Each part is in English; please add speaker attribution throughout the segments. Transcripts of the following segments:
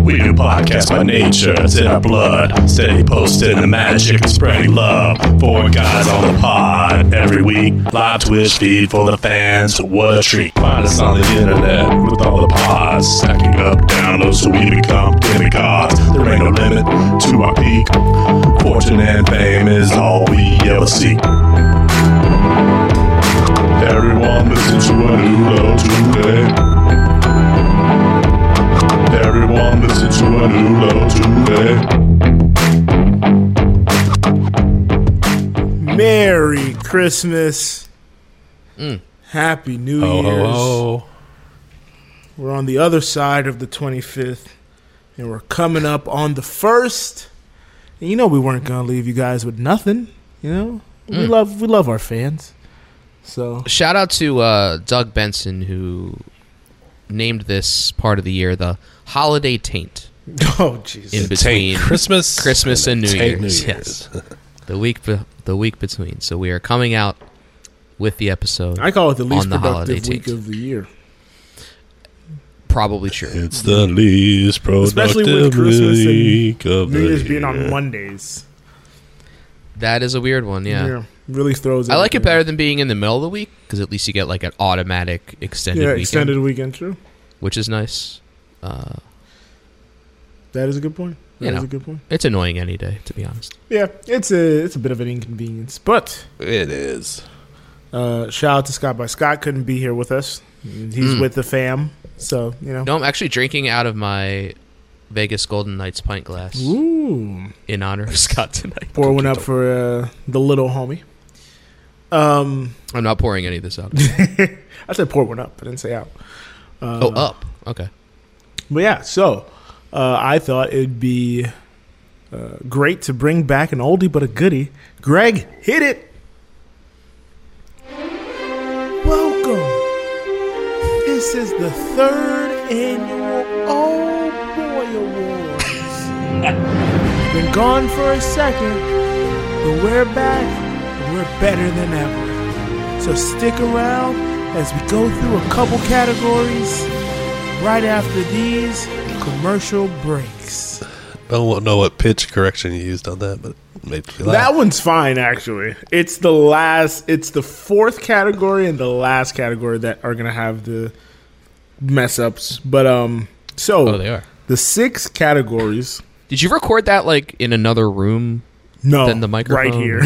Speaker 1: We do podcasts by nature, it's in our blood. Stay posting the magic and spreading love. Four guys on the pod every week. Live Twitch feed for the fans. What a treat. Find us on the internet with all the pods. Stacking up downloads so we become demigods. There ain't no limit to our peak. Fortune and fame is all we ever seek. Everyone listen to a new low today. Everyone listen to a new low today.
Speaker 2: Merry Christmas.
Speaker 3: Mm.
Speaker 2: Happy New
Speaker 4: Oh,
Speaker 2: Year's.
Speaker 4: oh,
Speaker 2: We're on the other side of the 25th, and we're coming up on the 1st. And you know we weren't going to leave you guys with nothing, you know? We
Speaker 3: Mm.
Speaker 2: love we love our fans. So,
Speaker 3: Shout out to uh, Doug Benson who named this part of the year the holiday taint
Speaker 2: oh
Speaker 3: in
Speaker 2: Jesus.
Speaker 4: oh.
Speaker 3: between
Speaker 4: Take Christmas,
Speaker 3: Christmas and New
Speaker 4: take
Speaker 3: Year's.
Speaker 4: New
Speaker 3: Yes, the week be- the week between. So we are coming out with the episode.
Speaker 2: I call it the least
Speaker 3: on the holiday
Speaker 2: productive week
Speaker 3: taint.
Speaker 2: of the year.
Speaker 3: Probably true.
Speaker 4: It's the least
Speaker 2: Especially
Speaker 4: productive
Speaker 2: with Christmas and
Speaker 4: week of
Speaker 2: New
Speaker 4: the
Speaker 2: Year's being
Speaker 4: year.
Speaker 2: on Mondays.
Speaker 3: That is a weird one. Yeah.
Speaker 2: really throws
Speaker 3: I like it
Speaker 2: everything.
Speaker 3: better than being in the middle of the week because at least you get like an automatic extended
Speaker 2: Yeah,
Speaker 3: weekend,
Speaker 2: extended weekend, true.
Speaker 3: which is nice. Uh,
Speaker 2: That is a good point. That is
Speaker 3: You know.
Speaker 2: a good point.
Speaker 3: it's annoying any day, to be honest.
Speaker 2: Yeah, it's a it's a bit of an inconvenience, but
Speaker 4: It is.
Speaker 2: Uh, shout out to Scott by Scott couldn't be here with us. He's
Speaker 4: Hmm.
Speaker 3: Mm.
Speaker 2: with the fam, so you know.
Speaker 3: No, I'm actually drinking out of my Vegas Golden Knights pint glass
Speaker 2: Ooh,
Speaker 3: in honor of Scott tonight.
Speaker 2: pour one up for uh, the little homie. Um,
Speaker 3: I'm not pouring any of this out.
Speaker 2: I said pour one up. I didn't say out. Uh,
Speaker 3: oh, up. Okay.
Speaker 2: But yeah, so uh, I thought it'd be uh, great to bring back an oldie but a goodie. Greg, hit it. Welcome. This is the third annual Oh Boy Awards. Been gone for a second, but we're back. and We're better than ever. So stick around as we go through a couple categories right after these commercial breaks.
Speaker 4: oh. I don't know what pitch correction you used on that, but it made me laugh.
Speaker 2: That one's fine, actually. It's the last, it's the fourth category and the last category that are gonna have the mess ups. But um, so
Speaker 3: Oh, they are.
Speaker 2: the six categories.
Speaker 3: Did you record that like in another room?
Speaker 2: No,
Speaker 3: Then the microphone.
Speaker 2: right here.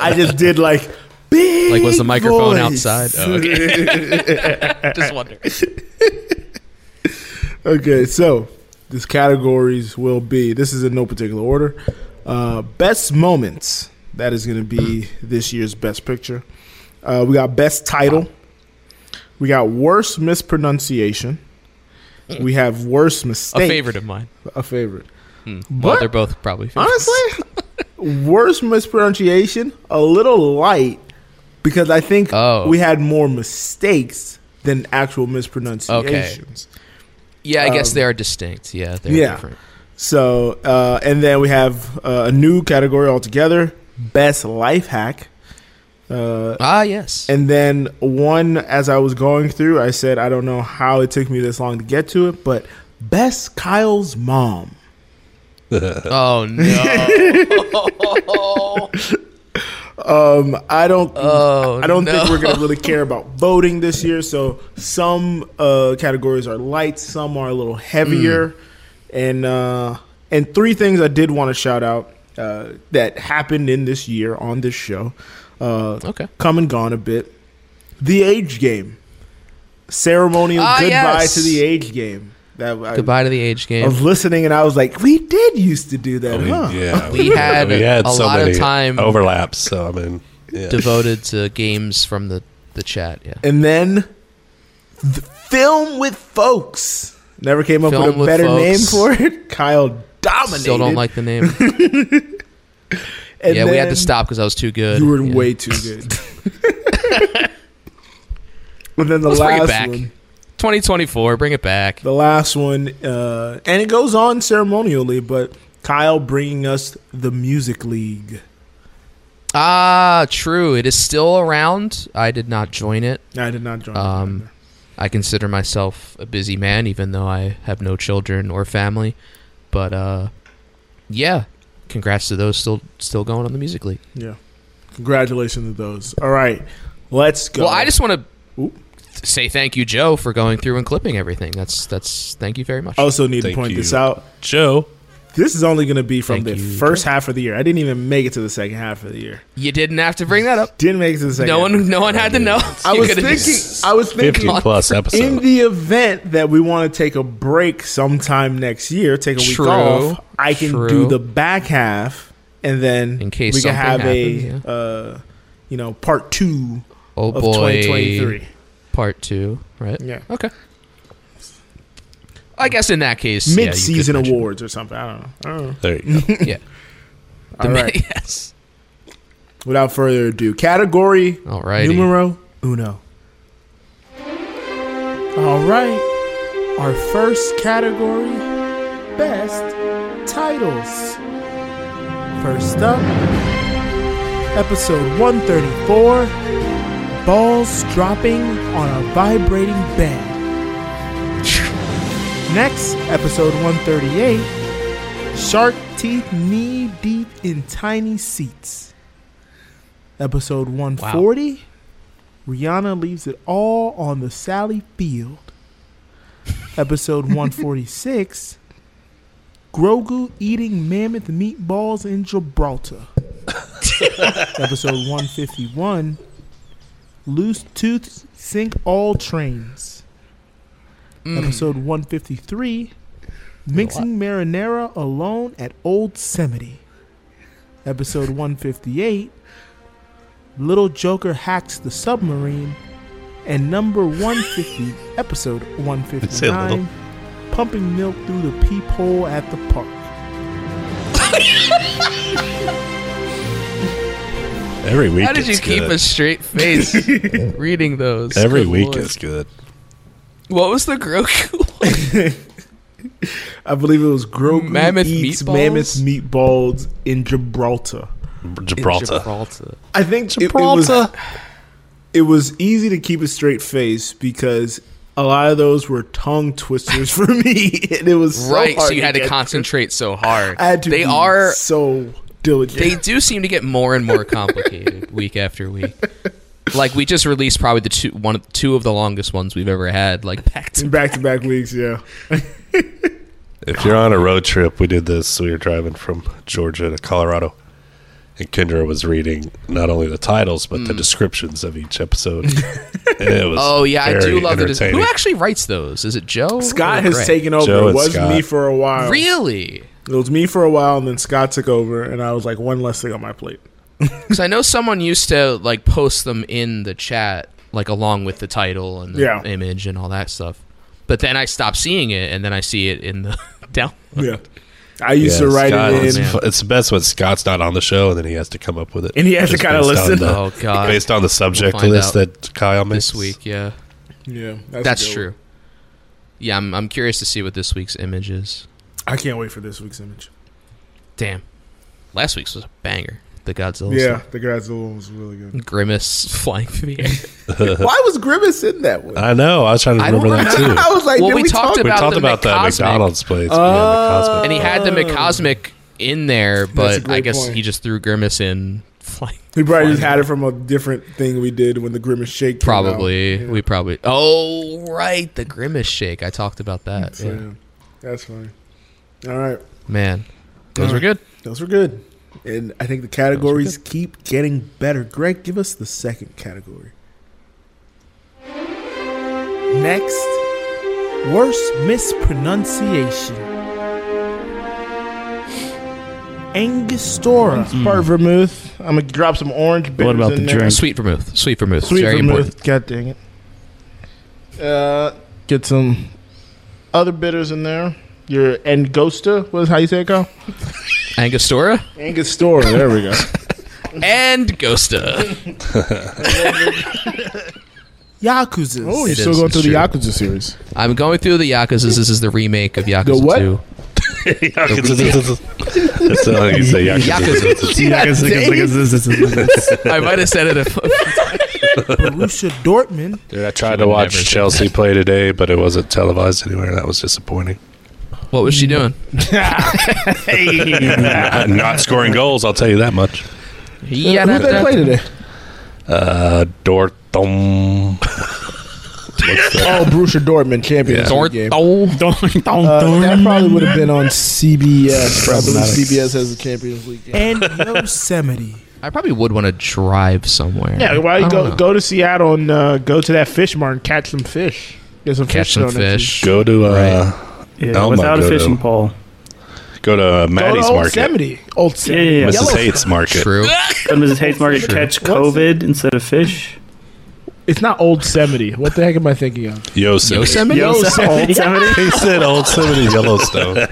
Speaker 2: I just did like big.
Speaker 3: Like, was the microphone
Speaker 2: voice.
Speaker 3: outside? Oh,
Speaker 2: Uh,
Speaker 3: Just wonder.
Speaker 2: Okay, so these categories will be this is in no particular order. Uh, best moments that is going to be this year's best picture. Uh, we got best title. We got worst mispronunciation. We have worst mistake.
Speaker 3: A favorite of mine.
Speaker 2: A favorite.
Speaker 3: Well, they're both probably favorites.
Speaker 2: Honestly, worst mispronunciation a little light because I think
Speaker 3: Oh.
Speaker 2: we had more mistakes than actual mispronunciations.
Speaker 3: Yeah, I guess
Speaker 2: um,
Speaker 3: they are distinct. Yeah, they're
Speaker 2: yeah.
Speaker 3: different.
Speaker 2: So, uh, and then we have uh, a new category altogether best life hack. Uh,
Speaker 3: Ah, yes.
Speaker 2: and then one, as I was going through, I said, I don't know how it took me this long to get to it, but best Kyle's mom.
Speaker 3: oh no.
Speaker 2: Um, I don't,
Speaker 3: Oh,
Speaker 2: I don't think
Speaker 3: no.
Speaker 2: we're gonna really care about voting this year. So some uh, categories are light, some are a little heavier, and uh, and three things I did want to shout out uh, that happened in this year on this show. Uh,
Speaker 3: Okay.
Speaker 2: come and gone a bit. The age game, ceremonial
Speaker 3: Ah,
Speaker 2: goodbye
Speaker 3: yes.
Speaker 2: to the age game. That I,
Speaker 3: Goodbye to the age
Speaker 2: I
Speaker 3: game.
Speaker 2: was listening and I was like, we did used to do that,
Speaker 4: I mean,
Speaker 2: huh?
Speaker 4: Yeah,
Speaker 3: We had a lot of time-
Speaker 4: overlaps. So I mean, yeah.
Speaker 3: devoted to games from the the chat. Yeah.
Speaker 2: and then the film with folks. Never came up
Speaker 3: Film
Speaker 2: with a
Speaker 3: with
Speaker 2: better name for
Speaker 3: folks.
Speaker 2: it. Kyle dominated.
Speaker 3: Still don't like the name.
Speaker 2: And
Speaker 3: yeah, we had to
Speaker 2: then
Speaker 3: stop because I was too good.
Speaker 2: You were
Speaker 3: Yeah.
Speaker 2: way too good. and then the
Speaker 3: Let's bring it
Speaker 2: last
Speaker 3: back.
Speaker 2: one,
Speaker 3: 2024. Bring it back.
Speaker 2: the last one, uh, and it goes on ceremonially, but Kyle bringing us the music league.
Speaker 3: Ah, true. It is still around. I did not join it.
Speaker 2: I did not join.
Speaker 3: Um,
Speaker 2: that.
Speaker 3: I consider myself a busy man, even though I have no children or family. But uh, yeah, congrats to those still still going on the music league.
Speaker 2: Yeah. Congratulations to those. All right. Let's go.
Speaker 3: Well, I just want to
Speaker 2: Ooh.
Speaker 3: say thank you, Joe, for going through and clipping everything. That's that's thank you very much.
Speaker 2: also need to
Speaker 4: Thank
Speaker 2: point
Speaker 4: you.
Speaker 2: this out.
Speaker 1: Joe,
Speaker 2: This is only going to be from
Speaker 3: Thank
Speaker 2: the
Speaker 3: you.
Speaker 2: first half of the year. I didn't even make it to the second half of the year.
Speaker 3: You didn't have to bring that up.
Speaker 2: Didn't make it to the second.
Speaker 3: No
Speaker 2: half.
Speaker 3: one, no one had to know.
Speaker 2: I
Speaker 3: You
Speaker 2: was
Speaker 3: could've
Speaker 2: thinking.
Speaker 3: just-
Speaker 2: I was thinking.
Speaker 4: 50 plus
Speaker 2: In
Speaker 4: episode.
Speaker 2: the event that we want to take a break sometime next year, take a week
Speaker 3: True.
Speaker 2: off, I can
Speaker 3: True.
Speaker 2: do the back half, and then
Speaker 3: In case
Speaker 2: we can have
Speaker 3: something happens,
Speaker 2: a uh, you know part two
Speaker 3: Oh
Speaker 2: of
Speaker 3: boy,
Speaker 2: 2023.
Speaker 3: part two, right?
Speaker 2: Yeah,
Speaker 3: Okay. I guess in that case, yeah, you could
Speaker 2: mid-season
Speaker 3: mention-
Speaker 2: awards or something. I don't know. I don't know.
Speaker 4: There you go.
Speaker 3: Yeah.
Speaker 2: All right.
Speaker 3: yes.
Speaker 2: Without further ado, category
Speaker 3: All right.
Speaker 2: numero uno. All right, our first category: best titles. First up, episode 134 Balls Dropping on a Vibrating Bed. Next, episode 138 Shark Teeth Knee Deep in Tiny Seats. Episode 140 Rihanna Leaves It All on the Sally Field. Episode 146 Grogu Eating Mammoth Meatballs in Gibraltar episode 151 Loose Tooths Sink All Trains.
Speaker 4: Mm.
Speaker 2: Episode 153 Mixing Marinara Alone at Old Semity. Episode 158 Little Joker Hacks the Submarine. And number 150, episode
Speaker 4: say little.
Speaker 2: 159 Pumping Milk Through the Peephole at the Park.
Speaker 4: Every week.
Speaker 3: How did you
Speaker 4: it's
Speaker 3: keep
Speaker 4: good.
Speaker 3: a straight face reading those?
Speaker 4: Every
Speaker 3: Good
Speaker 4: week
Speaker 3: lord.
Speaker 4: is good.
Speaker 3: What was the Grogu? one?
Speaker 2: I believe it was Grogu
Speaker 3: Mammoth
Speaker 2: eats
Speaker 3: meatballs?
Speaker 2: mammoth meatballs in Gibraltar.
Speaker 4: Gibraltar.
Speaker 3: Gibraltar.
Speaker 2: I think it, it was it was easy to keep a straight face because a lot of those were tongue twisters for me, and it was so
Speaker 3: right, so
Speaker 2: hard
Speaker 3: you had to
Speaker 2: get-
Speaker 3: concentrate so hard.
Speaker 2: I had to.
Speaker 3: they
Speaker 2: be
Speaker 3: are.
Speaker 2: so diligent.
Speaker 3: They do seem to get more and more complicated week after week. Like we just released probably the two one of- two of the longest ones we've ever had. Like back to
Speaker 2: back to back weeks, yeah.
Speaker 4: If you're on a road trip, we did this. We were driving from Georgia to Colorado, and Kendra was reading not only the titles but the descriptions of each episode. it was
Speaker 3: Mm. oh yeah, I do
Speaker 4: very
Speaker 3: love it.
Speaker 4: entertaining.
Speaker 3: Who actually writes those? Is it Joe?
Speaker 2: Scott
Speaker 3: or
Speaker 2: has
Speaker 3: Greg?
Speaker 2: taken over.
Speaker 4: Joe
Speaker 2: it
Speaker 4: and
Speaker 2: was
Speaker 4: Scott.
Speaker 2: me for a while.
Speaker 3: really
Speaker 2: It was me for a while, and then Scott took over, and I was like one less thing on my plate.
Speaker 3: because I know someone used to like post them in the chat, like along with the title and the
Speaker 2: Yeah.
Speaker 3: image and all that stuff. But then I stopped seeing it, and then I see it in the down.
Speaker 2: Yeah, I used to
Speaker 4: Yeah,
Speaker 2: write
Speaker 4: Scott
Speaker 2: it
Speaker 4: is
Speaker 2: in.
Speaker 4: fu- It's best when Scott's not on the show, and then he has to come up with it,
Speaker 2: And he has to
Speaker 4: Just
Speaker 2: kinda
Speaker 4: based on
Speaker 2: listen.
Speaker 4: the-
Speaker 3: Oh, God.
Speaker 4: based on the subject
Speaker 3: find
Speaker 4: list
Speaker 3: out
Speaker 4: that Kyle makes
Speaker 3: this week. Yeah,
Speaker 2: Yeah,
Speaker 3: that's
Speaker 2: a good one.
Speaker 3: true. Yeah, I'm, I'm curious to see what this week's image is.
Speaker 2: I can't wait for this week's image.
Speaker 3: Damn, last week's was a banger. The Godzilla.
Speaker 2: Yeah,
Speaker 3: stuff.
Speaker 2: the Godzilla one was really good.
Speaker 3: Grimace flying through the air.
Speaker 2: Why was Grimace in that one?
Speaker 4: I know. I was trying to
Speaker 3: I don't
Speaker 4: remember that too.
Speaker 2: I was like,
Speaker 3: Well,
Speaker 2: did
Speaker 3: we
Speaker 2: we,
Speaker 3: talked
Speaker 2: talk
Speaker 4: we
Speaker 3: about
Speaker 4: talked
Speaker 3: the
Speaker 4: about the
Speaker 3: McCosmic.
Speaker 4: McDonald's place.
Speaker 2: Oh.
Speaker 4: yeah,
Speaker 3: and he had the McCosmic in there,
Speaker 2: That's a
Speaker 3: but
Speaker 2: great
Speaker 3: I guess
Speaker 2: point.
Speaker 3: he just threw Grimace in flying.
Speaker 2: We probably just had it from a different thing we did when the Grimace Shake. Came
Speaker 3: Probably we probably. Oh right, the grimace shake. I talked about that.
Speaker 2: out. So,
Speaker 3: Yeah.
Speaker 2: yeah, that's funny. All right,
Speaker 3: Man, those were good.
Speaker 2: those were good, and I think the categories keep getting better. Greg, give us the second category. Next, worst mispronunciation. Angostura. Part vermouth. I'm gonna drop some orange bitters
Speaker 5: about
Speaker 2: in
Speaker 5: the
Speaker 2: there.
Speaker 5: drink?
Speaker 3: Sweet vermouth. Sweet vermouth.
Speaker 2: Sweet
Speaker 3: Very
Speaker 2: vermouth.
Speaker 3: important.
Speaker 5: God dang it.
Speaker 2: Uh, get some other bitters in there. Your Angosta, what is how you say it, Kyle?
Speaker 3: Angostura
Speaker 2: Angostura. There we go.
Speaker 3: and Ghosta.
Speaker 2: Yakuza. Oh, you're
Speaker 3: It
Speaker 2: still going
Speaker 3: is, it's
Speaker 2: through the
Speaker 3: true.
Speaker 2: Yakuza series.
Speaker 3: I'm going through the Yakuza's. This is the remake of Yakuza
Speaker 2: what?
Speaker 3: 2.
Speaker 4: McCosmic. That's all you say. Yakuza.
Speaker 3: Yakuza. I might have said it. A,
Speaker 6: Borussia Dortmund.
Speaker 4: Dude, I tried to watch
Speaker 5: never did
Speaker 4: Chelsea play today, but it wasn't televised anywhere. That was disappointing.
Speaker 3: What was she doing?
Speaker 4: Not- Not scoring goals, I'll tell you that much.
Speaker 3: Yeah,
Speaker 6: Who they play today?
Speaker 4: Uh, Dortmund.
Speaker 6: Oh, Borussia Dortmund Champions
Speaker 4: Yeah.
Speaker 6: League game.
Speaker 2: Oh.
Speaker 5: Don't, don't,
Speaker 2: Uh, that
Speaker 5: don't.
Speaker 2: probably would have been on CBS. I believe CBS has the Champions League game.
Speaker 6: And Yosemite.
Speaker 3: I probably would want to drive somewhere.
Speaker 2: Yeah,
Speaker 3: I
Speaker 2: why you
Speaker 3: don't
Speaker 2: go
Speaker 3: know.
Speaker 2: go to Seattle and uh, go to that fish mart and catch some fish. Get some
Speaker 3: catch
Speaker 2: fish
Speaker 3: some
Speaker 2: thrown at you.
Speaker 3: fish?
Speaker 4: Go to uh,
Speaker 5: Yeah,
Speaker 4: Elma
Speaker 5: without
Speaker 4: go
Speaker 5: a
Speaker 4: to-
Speaker 5: fishing pole.
Speaker 4: go to uh,
Speaker 2: Go to
Speaker 4: Maddie's
Speaker 2: Old
Speaker 4: Market,
Speaker 2: Oh, Yosemite. Old
Speaker 5: Yeah, yeah, yeah.
Speaker 4: Mrs. Hate's Market.
Speaker 3: True.
Speaker 5: Go to Mrs. Hayes Market
Speaker 3: True.
Speaker 5: catch COVID instead of fish.
Speaker 2: It's not Old Semity. What the heck am I thinking of?
Speaker 4: Yosemite.
Speaker 3: Yosemite.
Speaker 5: Yo, Yosemite.
Speaker 4: He said Old Yosemite Yellowstone.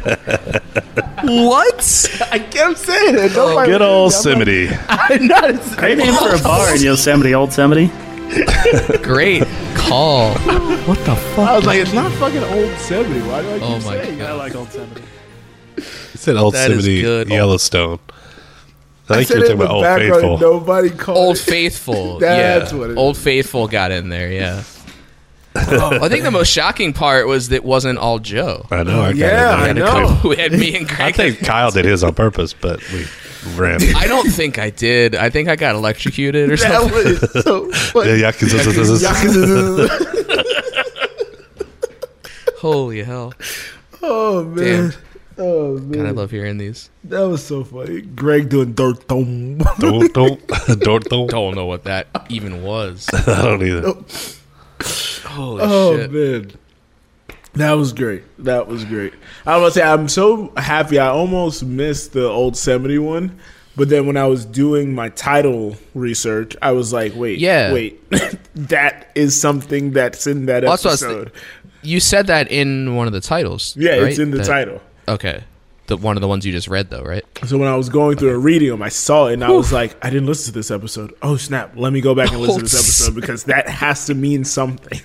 Speaker 3: What?
Speaker 2: I kept saying it. Nobody
Speaker 4: Good old Yosemite.
Speaker 2: I'm not. It's
Speaker 5: Great name for a bar in Yosemite, Old Yosemite.
Speaker 3: Great call. What the
Speaker 2: I
Speaker 3: fuck?
Speaker 2: was like, it's not fucking Old Semity. Why do I keep
Speaker 3: Oh my
Speaker 2: saying
Speaker 3: god.
Speaker 5: like Old Yosemite.
Speaker 4: He said Old
Speaker 3: That is
Speaker 4: Yosemite
Speaker 3: good.
Speaker 4: Yellowstone. I
Speaker 2: that?
Speaker 4: think you're talking about Old Faithful.
Speaker 2: Nobody called
Speaker 3: Old
Speaker 2: it.
Speaker 3: Faithful.
Speaker 2: That's
Speaker 3: yeah.
Speaker 2: what it is.
Speaker 3: Old Faithful got in there, yeah. I think the most shocking part was that it wasn't all Joe.
Speaker 4: I know. I got
Speaker 2: Yeah, I
Speaker 4: it.
Speaker 2: know. Oh.
Speaker 3: Who had me and Greg.
Speaker 4: I think Kyle did his on purpose, but we ran.
Speaker 3: I don't think I did. I think I got electrocuted or
Speaker 2: That
Speaker 3: something.
Speaker 2: was so
Speaker 4: Yeah,
Speaker 2: funny.
Speaker 4: yeah, 'cause this is- this is-
Speaker 2: Yakuza.
Speaker 3: Holy hell.
Speaker 2: oh man.
Speaker 3: Damn.
Speaker 2: Oh
Speaker 3: God, I
Speaker 2: man.
Speaker 3: love hearing these.
Speaker 2: That was so funny. Greg doing dirt thumb.
Speaker 4: Don't, don't, don't, don't.
Speaker 3: Don't know what that even was.
Speaker 4: I don't either.
Speaker 3: Holy
Speaker 2: Oh
Speaker 3: shit.
Speaker 2: man. That was great. That was great. I was gonna say I'm so happy I almost missed the old Semity one. But then when I was doing my title research, I was like, wait,
Speaker 3: Yeah.
Speaker 2: wait. that is something that's in that
Speaker 3: That's what I was
Speaker 2: episode.
Speaker 3: You said that in one of the titles.
Speaker 2: yeah,
Speaker 3: right?
Speaker 2: it's in the
Speaker 3: That-
Speaker 2: title.
Speaker 3: Okay. The one of the ones you just read though, right?
Speaker 2: So when I was going through and reading them, I saw it and I was like, I didn't listen to this episode. Oh snap! Let me go back and listen to this episode because that has to mean something.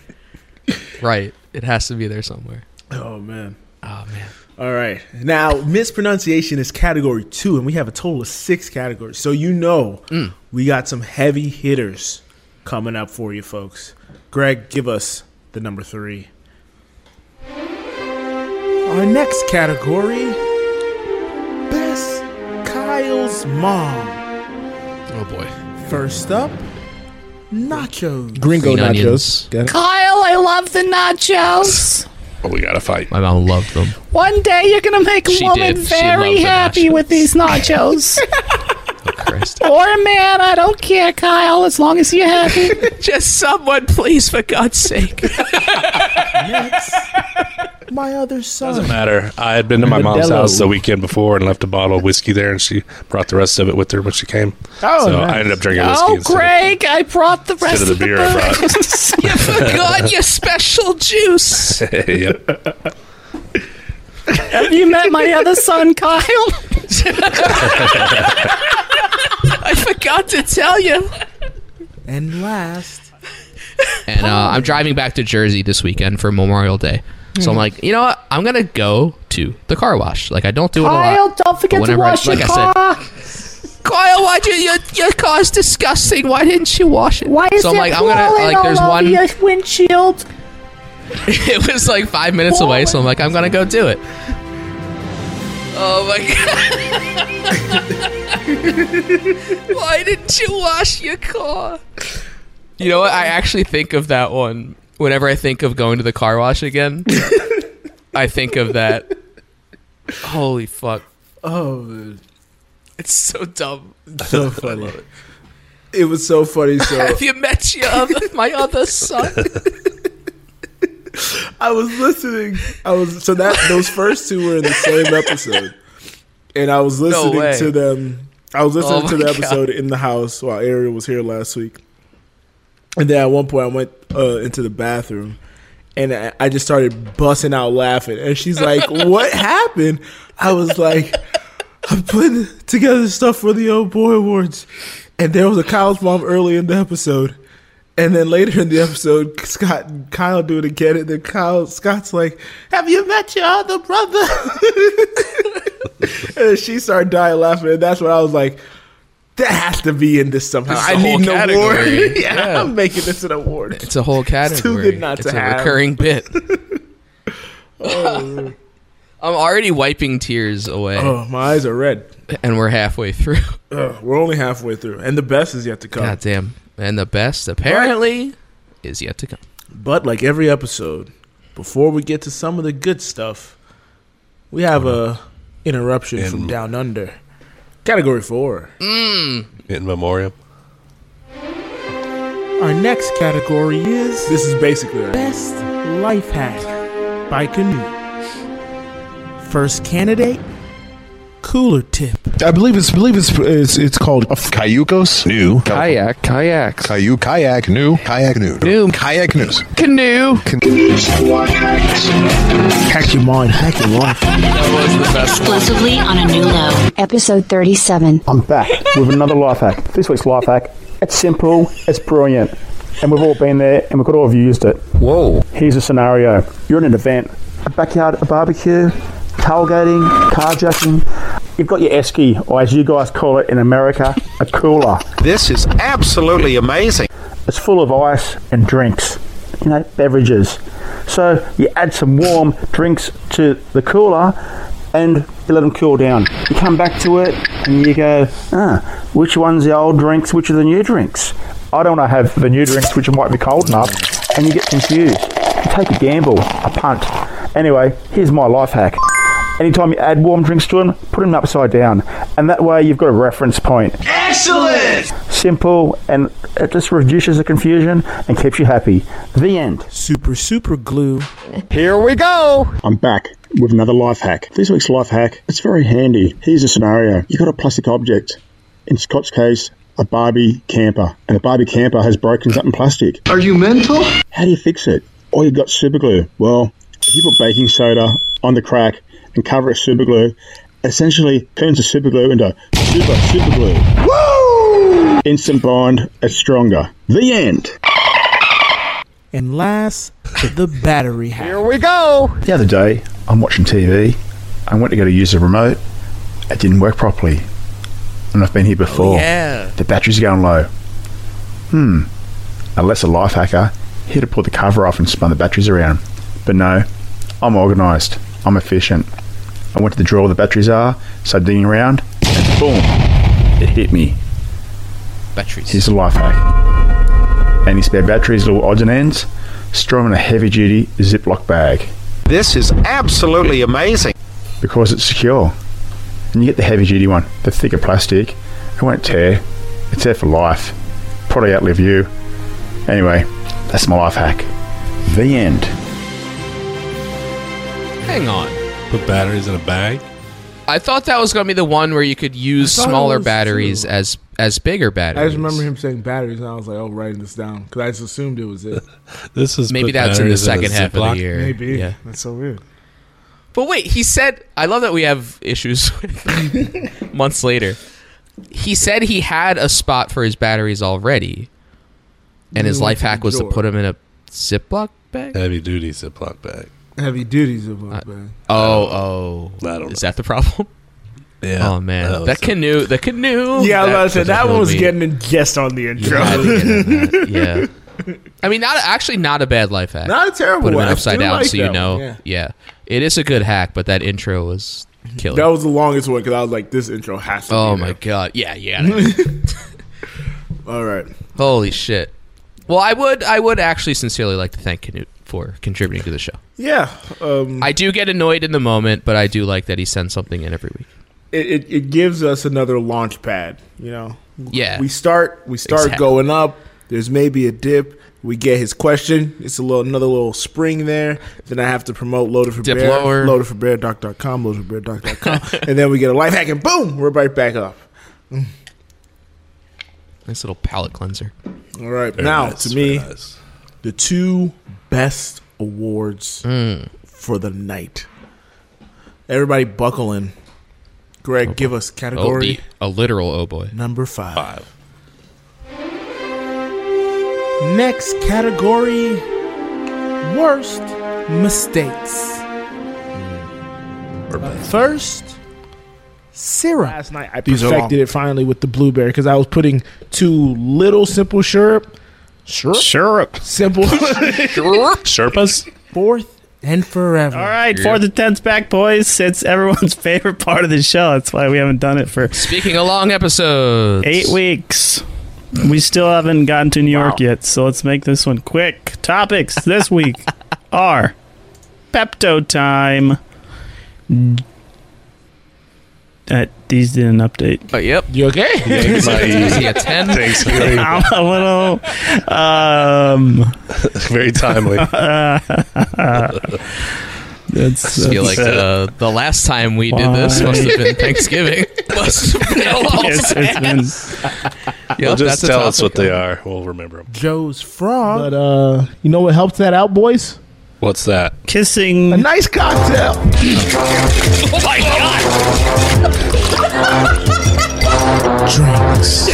Speaker 3: Right. It has to be there somewhere.
Speaker 2: Oh man!
Speaker 3: Oh man.
Speaker 2: All right, now mispronunciation is category two, and we have a total of six categories. So you know
Speaker 3: Mm.
Speaker 2: we got some heavy hitters coming up for you, folks. Greg, give us the number three. Our next category: best Kyle's mom.
Speaker 3: Oh boy.
Speaker 2: First up, nachos.
Speaker 6: Gringo
Speaker 3: Green onions.
Speaker 6: nachos. Got it.
Speaker 7: Kyle, I love the nachos.
Speaker 4: Well, we got to fight.
Speaker 3: My mom loved them.
Speaker 7: One day you're gonna make a
Speaker 3: She
Speaker 7: woman
Speaker 3: did. She
Speaker 7: very
Speaker 3: loved the
Speaker 7: happy
Speaker 3: nachos. Oh,
Speaker 7: with these nachos.
Speaker 3: Christ.
Speaker 7: or a man, I don't care, Kyle, as long as you're happy.
Speaker 3: Just someone, please, for God's sake.
Speaker 2: Next, my other son.
Speaker 4: Doesn't matter. I had been to my mom's
Speaker 2: Modelo.
Speaker 4: house the weekend before and left a bottle of whiskey there, and she brought the rest of it with her when she came.
Speaker 2: Oh,
Speaker 4: so
Speaker 2: nice.
Speaker 4: I ended up drinking whiskey
Speaker 7: oh,
Speaker 4: instead,
Speaker 7: Greg, I brought the
Speaker 4: of-
Speaker 7: rest
Speaker 4: instead of the beer I brought.
Speaker 3: you forgot your special juice.
Speaker 4: yep.
Speaker 7: Have you met my other son, Kyle?
Speaker 3: I forgot to tell you.
Speaker 6: And last,
Speaker 3: And uh, I'm driving back to Jersey this weekend for Memorial Day. So I'm like, you know what? I'm gonna go to the car wash. Like I don't do it a
Speaker 7: Kyle,
Speaker 3: lot.
Speaker 7: don't forget to
Speaker 3: Whenever I-
Speaker 7: wash your
Speaker 3: like I said-
Speaker 7: car.
Speaker 3: Kyle, why do your your car's disgusting? Why didn't you wash it?
Speaker 7: Why is
Speaker 3: so I'm
Speaker 7: it
Speaker 3: like, I'm gonna
Speaker 7: crawling
Speaker 3: like. There's
Speaker 7: all over
Speaker 3: one.
Speaker 7: your windshield?
Speaker 3: it was like five minutes away, so I'm like, I'm gonna go do it. Oh my god! Why didn't you wash your car? You know what? I actually think of that one whenever I think of going to the car wash again. I think of that. Holy fuck!
Speaker 2: Oh, man.
Speaker 3: It's so dumb.
Speaker 2: so funny. It was so funny. So
Speaker 3: Have you met your other, my other son?
Speaker 2: I was listening. I was so that those first two were in the same episode, and I was listening
Speaker 3: way.
Speaker 2: to them. I was listening
Speaker 3: Oh
Speaker 2: to
Speaker 3: my
Speaker 2: the episode in the house while Ariel was here last week, and then at one point I went uh, into the bathroom, and I, I just started busting out laughing. And she's like, "What happened?" I was like, "I'm putting together stuff for the old boy awards," and there was a Kyle's mom early in the episode. And then later in the episode, Scott and Kyle do it again, and then Kyle Scott's like, "Have you met your other brother?" and then she started dying laughing, and that's when I was like,
Speaker 6: That has to be in this somehow.
Speaker 3: This is
Speaker 6: I
Speaker 3: a whole
Speaker 6: need an award.
Speaker 3: category.
Speaker 6: yeah,
Speaker 3: Yeah.
Speaker 6: I'm making this an award.
Speaker 3: It's a whole category.
Speaker 6: too good not
Speaker 3: It's
Speaker 6: to
Speaker 3: a
Speaker 6: have.
Speaker 3: recurring bit. I'm already wiping tears away,
Speaker 6: Oh, my eyes are red.
Speaker 3: and we're halfway through.
Speaker 6: Ugh, we're only halfway through, and the best is yet to come.
Speaker 3: God damn. And the best, apparently, is yet to come.
Speaker 6: But like every episode, before we get to some of the good stuff, we have a interruption
Speaker 4: In-
Speaker 6: from down under. Category four.
Speaker 4: In memoriam.
Speaker 2: Our next category is
Speaker 6: This is basically our
Speaker 2: Best Life Hack by Canoe. First candidate, cooler tip.
Speaker 8: I believe it's believe it's it's, it's called Cayucos New Kayak
Speaker 3: Oh.
Speaker 8: Kayak Cayu Kayak New Kayak New New Kayak News Canoe
Speaker 2: Hack your mind, hack your life.
Speaker 9: Exclusively on a new low.
Speaker 10: Episode 37.
Speaker 8: I'm back with another life hack. This week's life hack. It's simple. It's brilliant. And we've all been there, and we could all have used it. Whoa! Here's a scenario: you're in an event, a backyard a barbecue, tailgating, carjacking. You've got your esky, or as you guys call it in America, a cooler.
Speaker 11: This is absolutely amazing.
Speaker 8: It's full of ice and drinks, you know, beverages. So you add some warm drinks to the cooler and you let them cool down. You come back to it and you go, ah, which one's the old drinks, which are the new drinks? I don't want to have the new drinks, which might be cold enough, and you get confused. You take a gamble, a punt. Anyway, here's my life hack. Anytime you add warm drinks to them, put them upside down, and that way you've got a reference point simple, and it just reduces the confusion and keeps you happy. The end.
Speaker 2: Super, super glue.
Speaker 11: Here we go.
Speaker 8: I'm back with another life hack. This week's life hack, it's very handy. Here's a scenario. You've got a plastic object. In Scott's case, a Barbie camper. And the Barbie camper has broken something plastic.
Speaker 11: Are you mental?
Speaker 8: How do you fix it? Or you've got super glue. Well, if you put baking soda on the crack and cover it with super glue, essentially turns the super glue into super, super glue. Woo! Instant bond, it's stronger. The end.
Speaker 2: And last, the battery hack.
Speaker 11: Here we go.
Speaker 12: The other day, I'm watching TV. I went to go to use the remote. It didn't work properly. And I've been here before.
Speaker 3: Yeah.
Speaker 12: The battery's going low. Hmm. Unless a life hacker here to pull the cover off and spun the batteries around. But no, I'm organised. I'm efficient. I went to the drawer where the batteries are, started digging around, and boom, it hit me.
Speaker 3: Batteries.
Speaker 12: Here's a life hack. Any spare batteries, little odds and ends, store them in a heavy duty Ziploc bag
Speaker 11: This is absolutely amazing.
Speaker 12: because it's secure. And you get the heavy duty one, the thicker plastic. It won't tear. It's there for life. Probably outlive you. Anyway, that's my life hack. The end.
Speaker 3: Hang on.
Speaker 4: Put batteries in a bag.
Speaker 3: I thought that was going to be the one where you could use
Speaker 6: I thought it
Speaker 3: smaller
Speaker 6: was
Speaker 3: batteries
Speaker 6: too.
Speaker 3: as as bigger batteries.
Speaker 6: I just remember him saying batteries, and I was like, "Oh, writing this down," because I just assumed it was it.
Speaker 4: This is
Speaker 3: Maybe
Speaker 4: put
Speaker 3: that's in the
Speaker 4: batteries a
Speaker 3: second half of
Speaker 4: Ziploc.
Speaker 3: the year.
Speaker 6: Maybe
Speaker 3: Yeah.
Speaker 6: that's so weird.
Speaker 3: But wait, he said. I love that we have issues with- months later. He said he had a spot for his batteries already, and his
Speaker 6: Mm,
Speaker 3: life hack was to
Speaker 6: drawer.
Speaker 3: put them in a Ziploc bag.
Speaker 4: Heavy duty Ziploc bag.
Speaker 6: Heavy duties of
Speaker 3: Uh,
Speaker 6: uh,
Speaker 4: I
Speaker 3: Oh,
Speaker 4: don't
Speaker 3: oh,
Speaker 4: know.
Speaker 3: is that the problem?
Speaker 4: Yeah.
Speaker 3: oh man,
Speaker 4: That was
Speaker 3: that
Speaker 4: a-
Speaker 3: canoe, the canoe.
Speaker 6: Yeah, I was about to say,
Speaker 3: could've
Speaker 6: that one
Speaker 3: killed
Speaker 6: was
Speaker 3: me.
Speaker 6: getting a guest on the intro.
Speaker 3: I had to get in on that, Yeah, I mean, not actually not a bad life hack.
Speaker 6: Not a terrible
Speaker 3: put them
Speaker 6: one.
Speaker 3: in
Speaker 6: I
Speaker 3: upside
Speaker 6: do
Speaker 3: down
Speaker 6: like
Speaker 3: so you
Speaker 6: that
Speaker 3: know.
Speaker 6: one, yeah.
Speaker 3: yeah. it is a good hack, but that intro was killer.
Speaker 6: That was the longest one because I was like, "This intro has to."
Speaker 3: oh
Speaker 6: be
Speaker 3: my
Speaker 6: there.
Speaker 3: god, yeah, yeah.
Speaker 6: All right,
Speaker 3: Holy shit. Well, I would, I would actually sincerely like to thank Canute for contributing to the show.
Speaker 6: yeah. Um,
Speaker 3: I do get annoyed in the moment, but I do like that he sends something in every week.
Speaker 6: it, it, it gives us another launch pad. You know,
Speaker 3: Yeah,
Speaker 6: we start we start
Speaker 3: Exactly.
Speaker 6: going up. There's maybe a dip. We get his question. It's a little another little spring there. Then I have to promote Loaded for
Speaker 3: Dip
Speaker 6: Bear,
Speaker 3: lower.
Speaker 6: Loaded for Bear, doc.com, Loaded for Bear, doc.com. and then we get a life hack and boom, we're right back up.
Speaker 3: nice little palate cleanser.
Speaker 6: All right.
Speaker 4: Very
Speaker 6: now
Speaker 4: nice,
Speaker 6: to
Speaker 4: very
Speaker 6: me,
Speaker 4: nice.
Speaker 6: the two best awards
Speaker 3: Hmm.
Speaker 6: for the night. Everybody buckle in. Greg, give us
Speaker 3: Oh,
Speaker 6: category
Speaker 3: the, a literal oh boy.
Speaker 6: number five.
Speaker 2: Next category, worst mistakes. But First,
Speaker 6: syrup. Last night I
Speaker 2: These are
Speaker 6: perfected
Speaker 2: long.
Speaker 6: it finally with the blueberry because I was putting too little simple syrup. Syrup.
Speaker 12: Syrup.
Speaker 6: Simple.
Speaker 12: Syrup.
Speaker 4: Sherpas.
Speaker 6: Fourth and forever.
Speaker 5: All right, fourth and tenth back, boys. It's everyone's favorite part of the show. That's why we haven't done it for
Speaker 3: Speaking of long episodes,
Speaker 5: eight weeks. We still haven't gotten to New York yet, so let's make this one quick. Topics this week are Pepto time. Uh, these didn't update.
Speaker 3: Oh, yep.
Speaker 6: You okay?
Speaker 5: Yeah, my-
Speaker 3: yeah, ten.
Speaker 5: Thanks, Craig. I'm a little um,
Speaker 4: very timely.
Speaker 5: That's,
Speaker 3: I feel like
Speaker 5: that's-
Speaker 3: the, the last time we did this must have been Thanksgiving. Must have been a long
Speaker 5: Yes, it's
Speaker 3: time.
Speaker 5: been-
Speaker 3: Yep,
Speaker 4: well, just
Speaker 3: that's a
Speaker 4: tell us what
Speaker 3: topic.
Speaker 4: they are. We'll remember them.
Speaker 6: Joe's frog. But uh, you know what helped that out, boys?
Speaker 4: What's that?
Speaker 5: Kissing.
Speaker 6: A nice cocktail.
Speaker 3: Oh my
Speaker 6: god. Drinks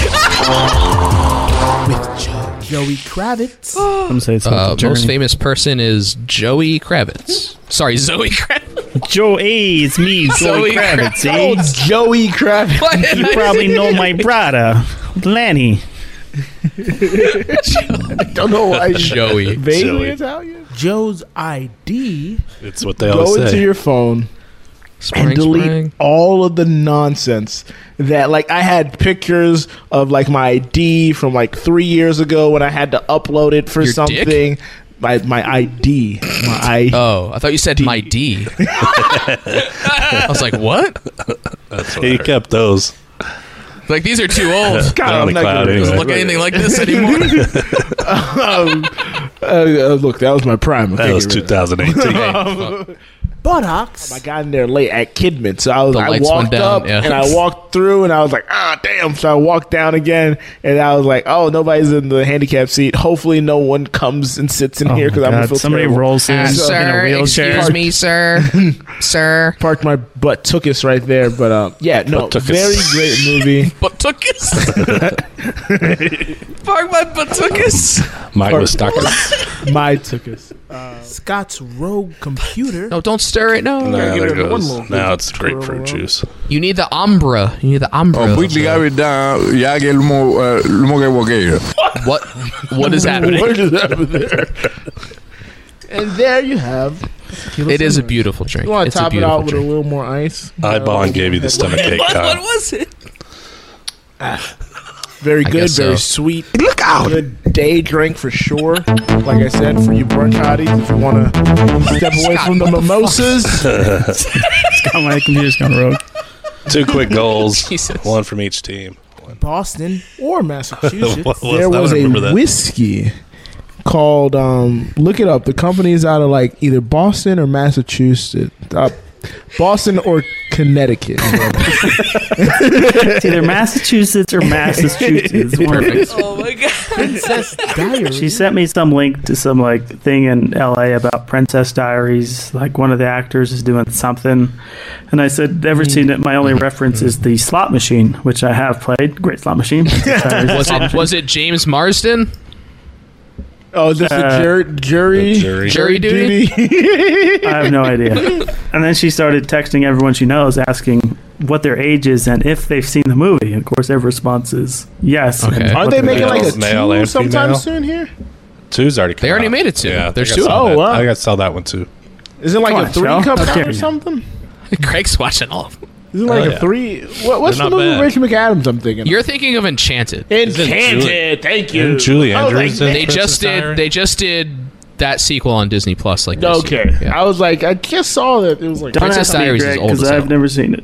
Speaker 6: with Joe. Joey Kravitz.
Speaker 5: Some say it's
Speaker 3: Uh,
Speaker 5: not the
Speaker 3: most
Speaker 5: journey.
Speaker 3: famous person is Joey Kravitz. Sorry, Zoe Kravitz.
Speaker 5: Joe, hey, it's me,
Speaker 3: Zoe
Speaker 5: Joey Kravitz.
Speaker 3: Kravitz.
Speaker 5: eh?
Speaker 6: Joey Kravitz.
Speaker 3: What?
Speaker 5: You probably know my brother, Lenny.
Speaker 6: Don't know why.
Speaker 3: Joey.
Speaker 6: Vaguely
Speaker 4: Joey.
Speaker 6: Italian. Joe's ID.
Speaker 4: It's what they all
Speaker 6: Go
Speaker 4: say.
Speaker 6: into your phone and
Speaker 3: Spring,
Speaker 6: delete
Speaker 3: spring.
Speaker 6: all of the nonsense that like I had pictures of like my ID from like three years ago when I had to upload it for
Speaker 3: Your dick?
Speaker 6: something. My my ID. My I
Speaker 3: Oh, I thought you said my D. I was like, what?
Speaker 4: He kept those.
Speaker 3: Like these are too old.
Speaker 6: God,
Speaker 4: They're on
Speaker 6: I'm
Speaker 4: the
Speaker 6: not
Speaker 4: cloud
Speaker 6: gonna-
Speaker 3: Doesn't
Speaker 4: anyway.
Speaker 3: look anything like this anymore.
Speaker 6: um, uh, uh, look, that was my prime. I
Speaker 4: That
Speaker 6: can't
Speaker 4: was
Speaker 6: get rid of
Speaker 4: 2018.
Speaker 2: Buttocks.
Speaker 6: I got in there late at Kidman, so I was
Speaker 3: The
Speaker 6: I
Speaker 3: lights went
Speaker 6: walked
Speaker 3: down,
Speaker 6: up
Speaker 3: yeah.
Speaker 6: and I walked through and I was like, ah, damn. So I walked down again and I was like, oh, nobody's in the handicap seat. Hopefully, no one comes and sits in
Speaker 5: Oh
Speaker 6: here
Speaker 5: my
Speaker 6: because I'm gonna
Speaker 5: God,
Speaker 6: feel
Speaker 5: somebody
Speaker 6: terrible.
Speaker 5: rolls
Speaker 3: Uh,
Speaker 5: in, in a wheelchair.
Speaker 3: me, sir. sir.
Speaker 6: Parked my butt took us right there, but um, yeah, no,
Speaker 4: Butt-tuckus.
Speaker 6: very great movie.
Speaker 3: Batukas. Park my Batukas.
Speaker 4: Mike was talking.
Speaker 6: my took us. Uh, Scott's rogue computer.
Speaker 3: No, don't stir it. No.
Speaker 4: Nah,
Speaker 6: give
Speaker 4: there
Speaker 6: it one
Speaker 4: goes.
Speaker 6: little
Speaker 4: Now
Speaker 6: bit.
Speaker 4: it's grapefruit juice.
Speaker 3: You need the Umbra. You need the Umbra.
Speaker 13: Completamente ya que el mo, eh, el mo que boqueiro.
Speaker 3: What? What is happening?
Speaker 6: What is happening there? and there you have. tequila
Speaker 3: It is a
Speaker 6: sunrise.
Speaker 3: beautiful drink.
Speaker 6: You want
Speaker 3: It's
Speaker 6: to
Speaker 3: a
Speaker 6: top it out
Speaker 3: beautiful
Speaker 6: with a
Speaker 3: drink.
Speaker 6: little more ice?
Speaker 4: Ibon gave you the stomach ache. Kyle.
Speaker 3: was it?
Speaker 6: Very
Speaker 3: I
Speaker 6: good,
Speaker 3: guess
Speaker 6: very
Speaker 3: so.
Speaker 6: sweet. Look out! Good day drink for sure. Like I said, for you brunchities, if you want to step away from the mimosas,
Speaker 5: Oh, my computer's gone rogue.
Speaker 4: Two quick goals,
Speaker 3: Jesus.
Speaker 4: one from each team.
Speaker 6: Boston or Massachusetts,
Speaker 4: What was
Speaker 6: there
Speaker 4: that? I
Speaker 6: was a
Speaker 4: remember that.
Speaker 6: whiskey called. Um, look it up. The company is out of like either Boston or Massachusetts. Uh, Boston or Connecticut.
Speaker 5: It's either Massachusetts or Massachusetts. Perfect.
Speaker 3: Oh my god.
Speaker 6: Princess Diary.
Speaker 5: She sent me some link to some like thing in LA about Princess Diaries. Like one of the actors is doing something, and I said
Speaker 6: Hmm.
Speaker 5: never seen it. My only reference is the slot machine, which I have played. Great slot machine. Princess Diaries.
Speaker 3: Was it, was it James Marsden?
Speaker 6: Oh, is this
Speaker 5: Uh,
Speaker 6: a jur- jury?
Speaker 4: the jury.
Speaker 3: Jury duty?
Speaker 5: I have no idea. And then she started texting everyone she knows, asking what their age is and if they've seen the movie. And of course, every response is yes.
Speaker 3: Okay.
Speaker 5: And
Speaker 6: Aren't
Speaker 5: what
Speaker 6: they
Speaker 5: the-
Speaker 6: making like a
Speaker 4: Males, male
Speaker 6: two
Speaker 4: and
Speaker 6: sometime
Speaker 4: female.
Speaker 6: soon here?
Speaker 4: Two's already. Come
Speaker 3: They already
Speaker 4: out.
Speaker 3: made it two.
Speaker 4: Yeah, I
Speaker 3: There's
Speaker 4: think I
Speaker 3: two.
Speaker 4: saw
Speaker 6: Oh,
Speaker 4: that.
Speaker 6: wow.
Speaker 4: I think I saw that one too.
Speaker 6: Is it like
Speaker 5: Come
Speaker 6: a
Speaker 5: on,
Speaker 6: three
Speaker 5: Joe.
Speaker 6: coming
Speaker 5: How
Speaker 6: out
Speaker 5: dare
Speaker 6: or
Speaker 5: you.
Speaker 6: something?
Speaker 3: Craig's watching all of them.
Speaker 6: Isn't it like
Speaker 4: Oh,
Speaker 6: a
Speaker 4: yeah.
Speaker 6: three? What, what's
Speaker 4: They're
Speaker 6: the
Speaker 4: not
Speaker 6: movie
Speaker 4: bad.
Speaker 6: with Rachel McAdams? I'm thinking.
Speaker 3: You're thinking of Enchanted.
Speaker 4: Enchanted,
Speaker 6: Thank
Speaker 4: Didn't Julie Andrews? in
Speaker 3: They
Speaker 4: Princess
Speaker 3: just did.
Speaker 4: Diary?
Speaker 3: They just did that sequel on Disney Plus. Like this year.
Speaker 6: Okay.
Speaker 3: Yeah.
Speaker 6: I was like, I just saw that. It was like.
Speaker 5: Don't
Speaker 3: Princess
Speaker 5: ask me,
Speaker 3: Diaries is
Speaker 5: Greg,
Speaker 3: old
Speaker 5: because
Speaker 3: as
Speaker 5: I've
Speaker 3: hell.
Speaker 5: never seen it.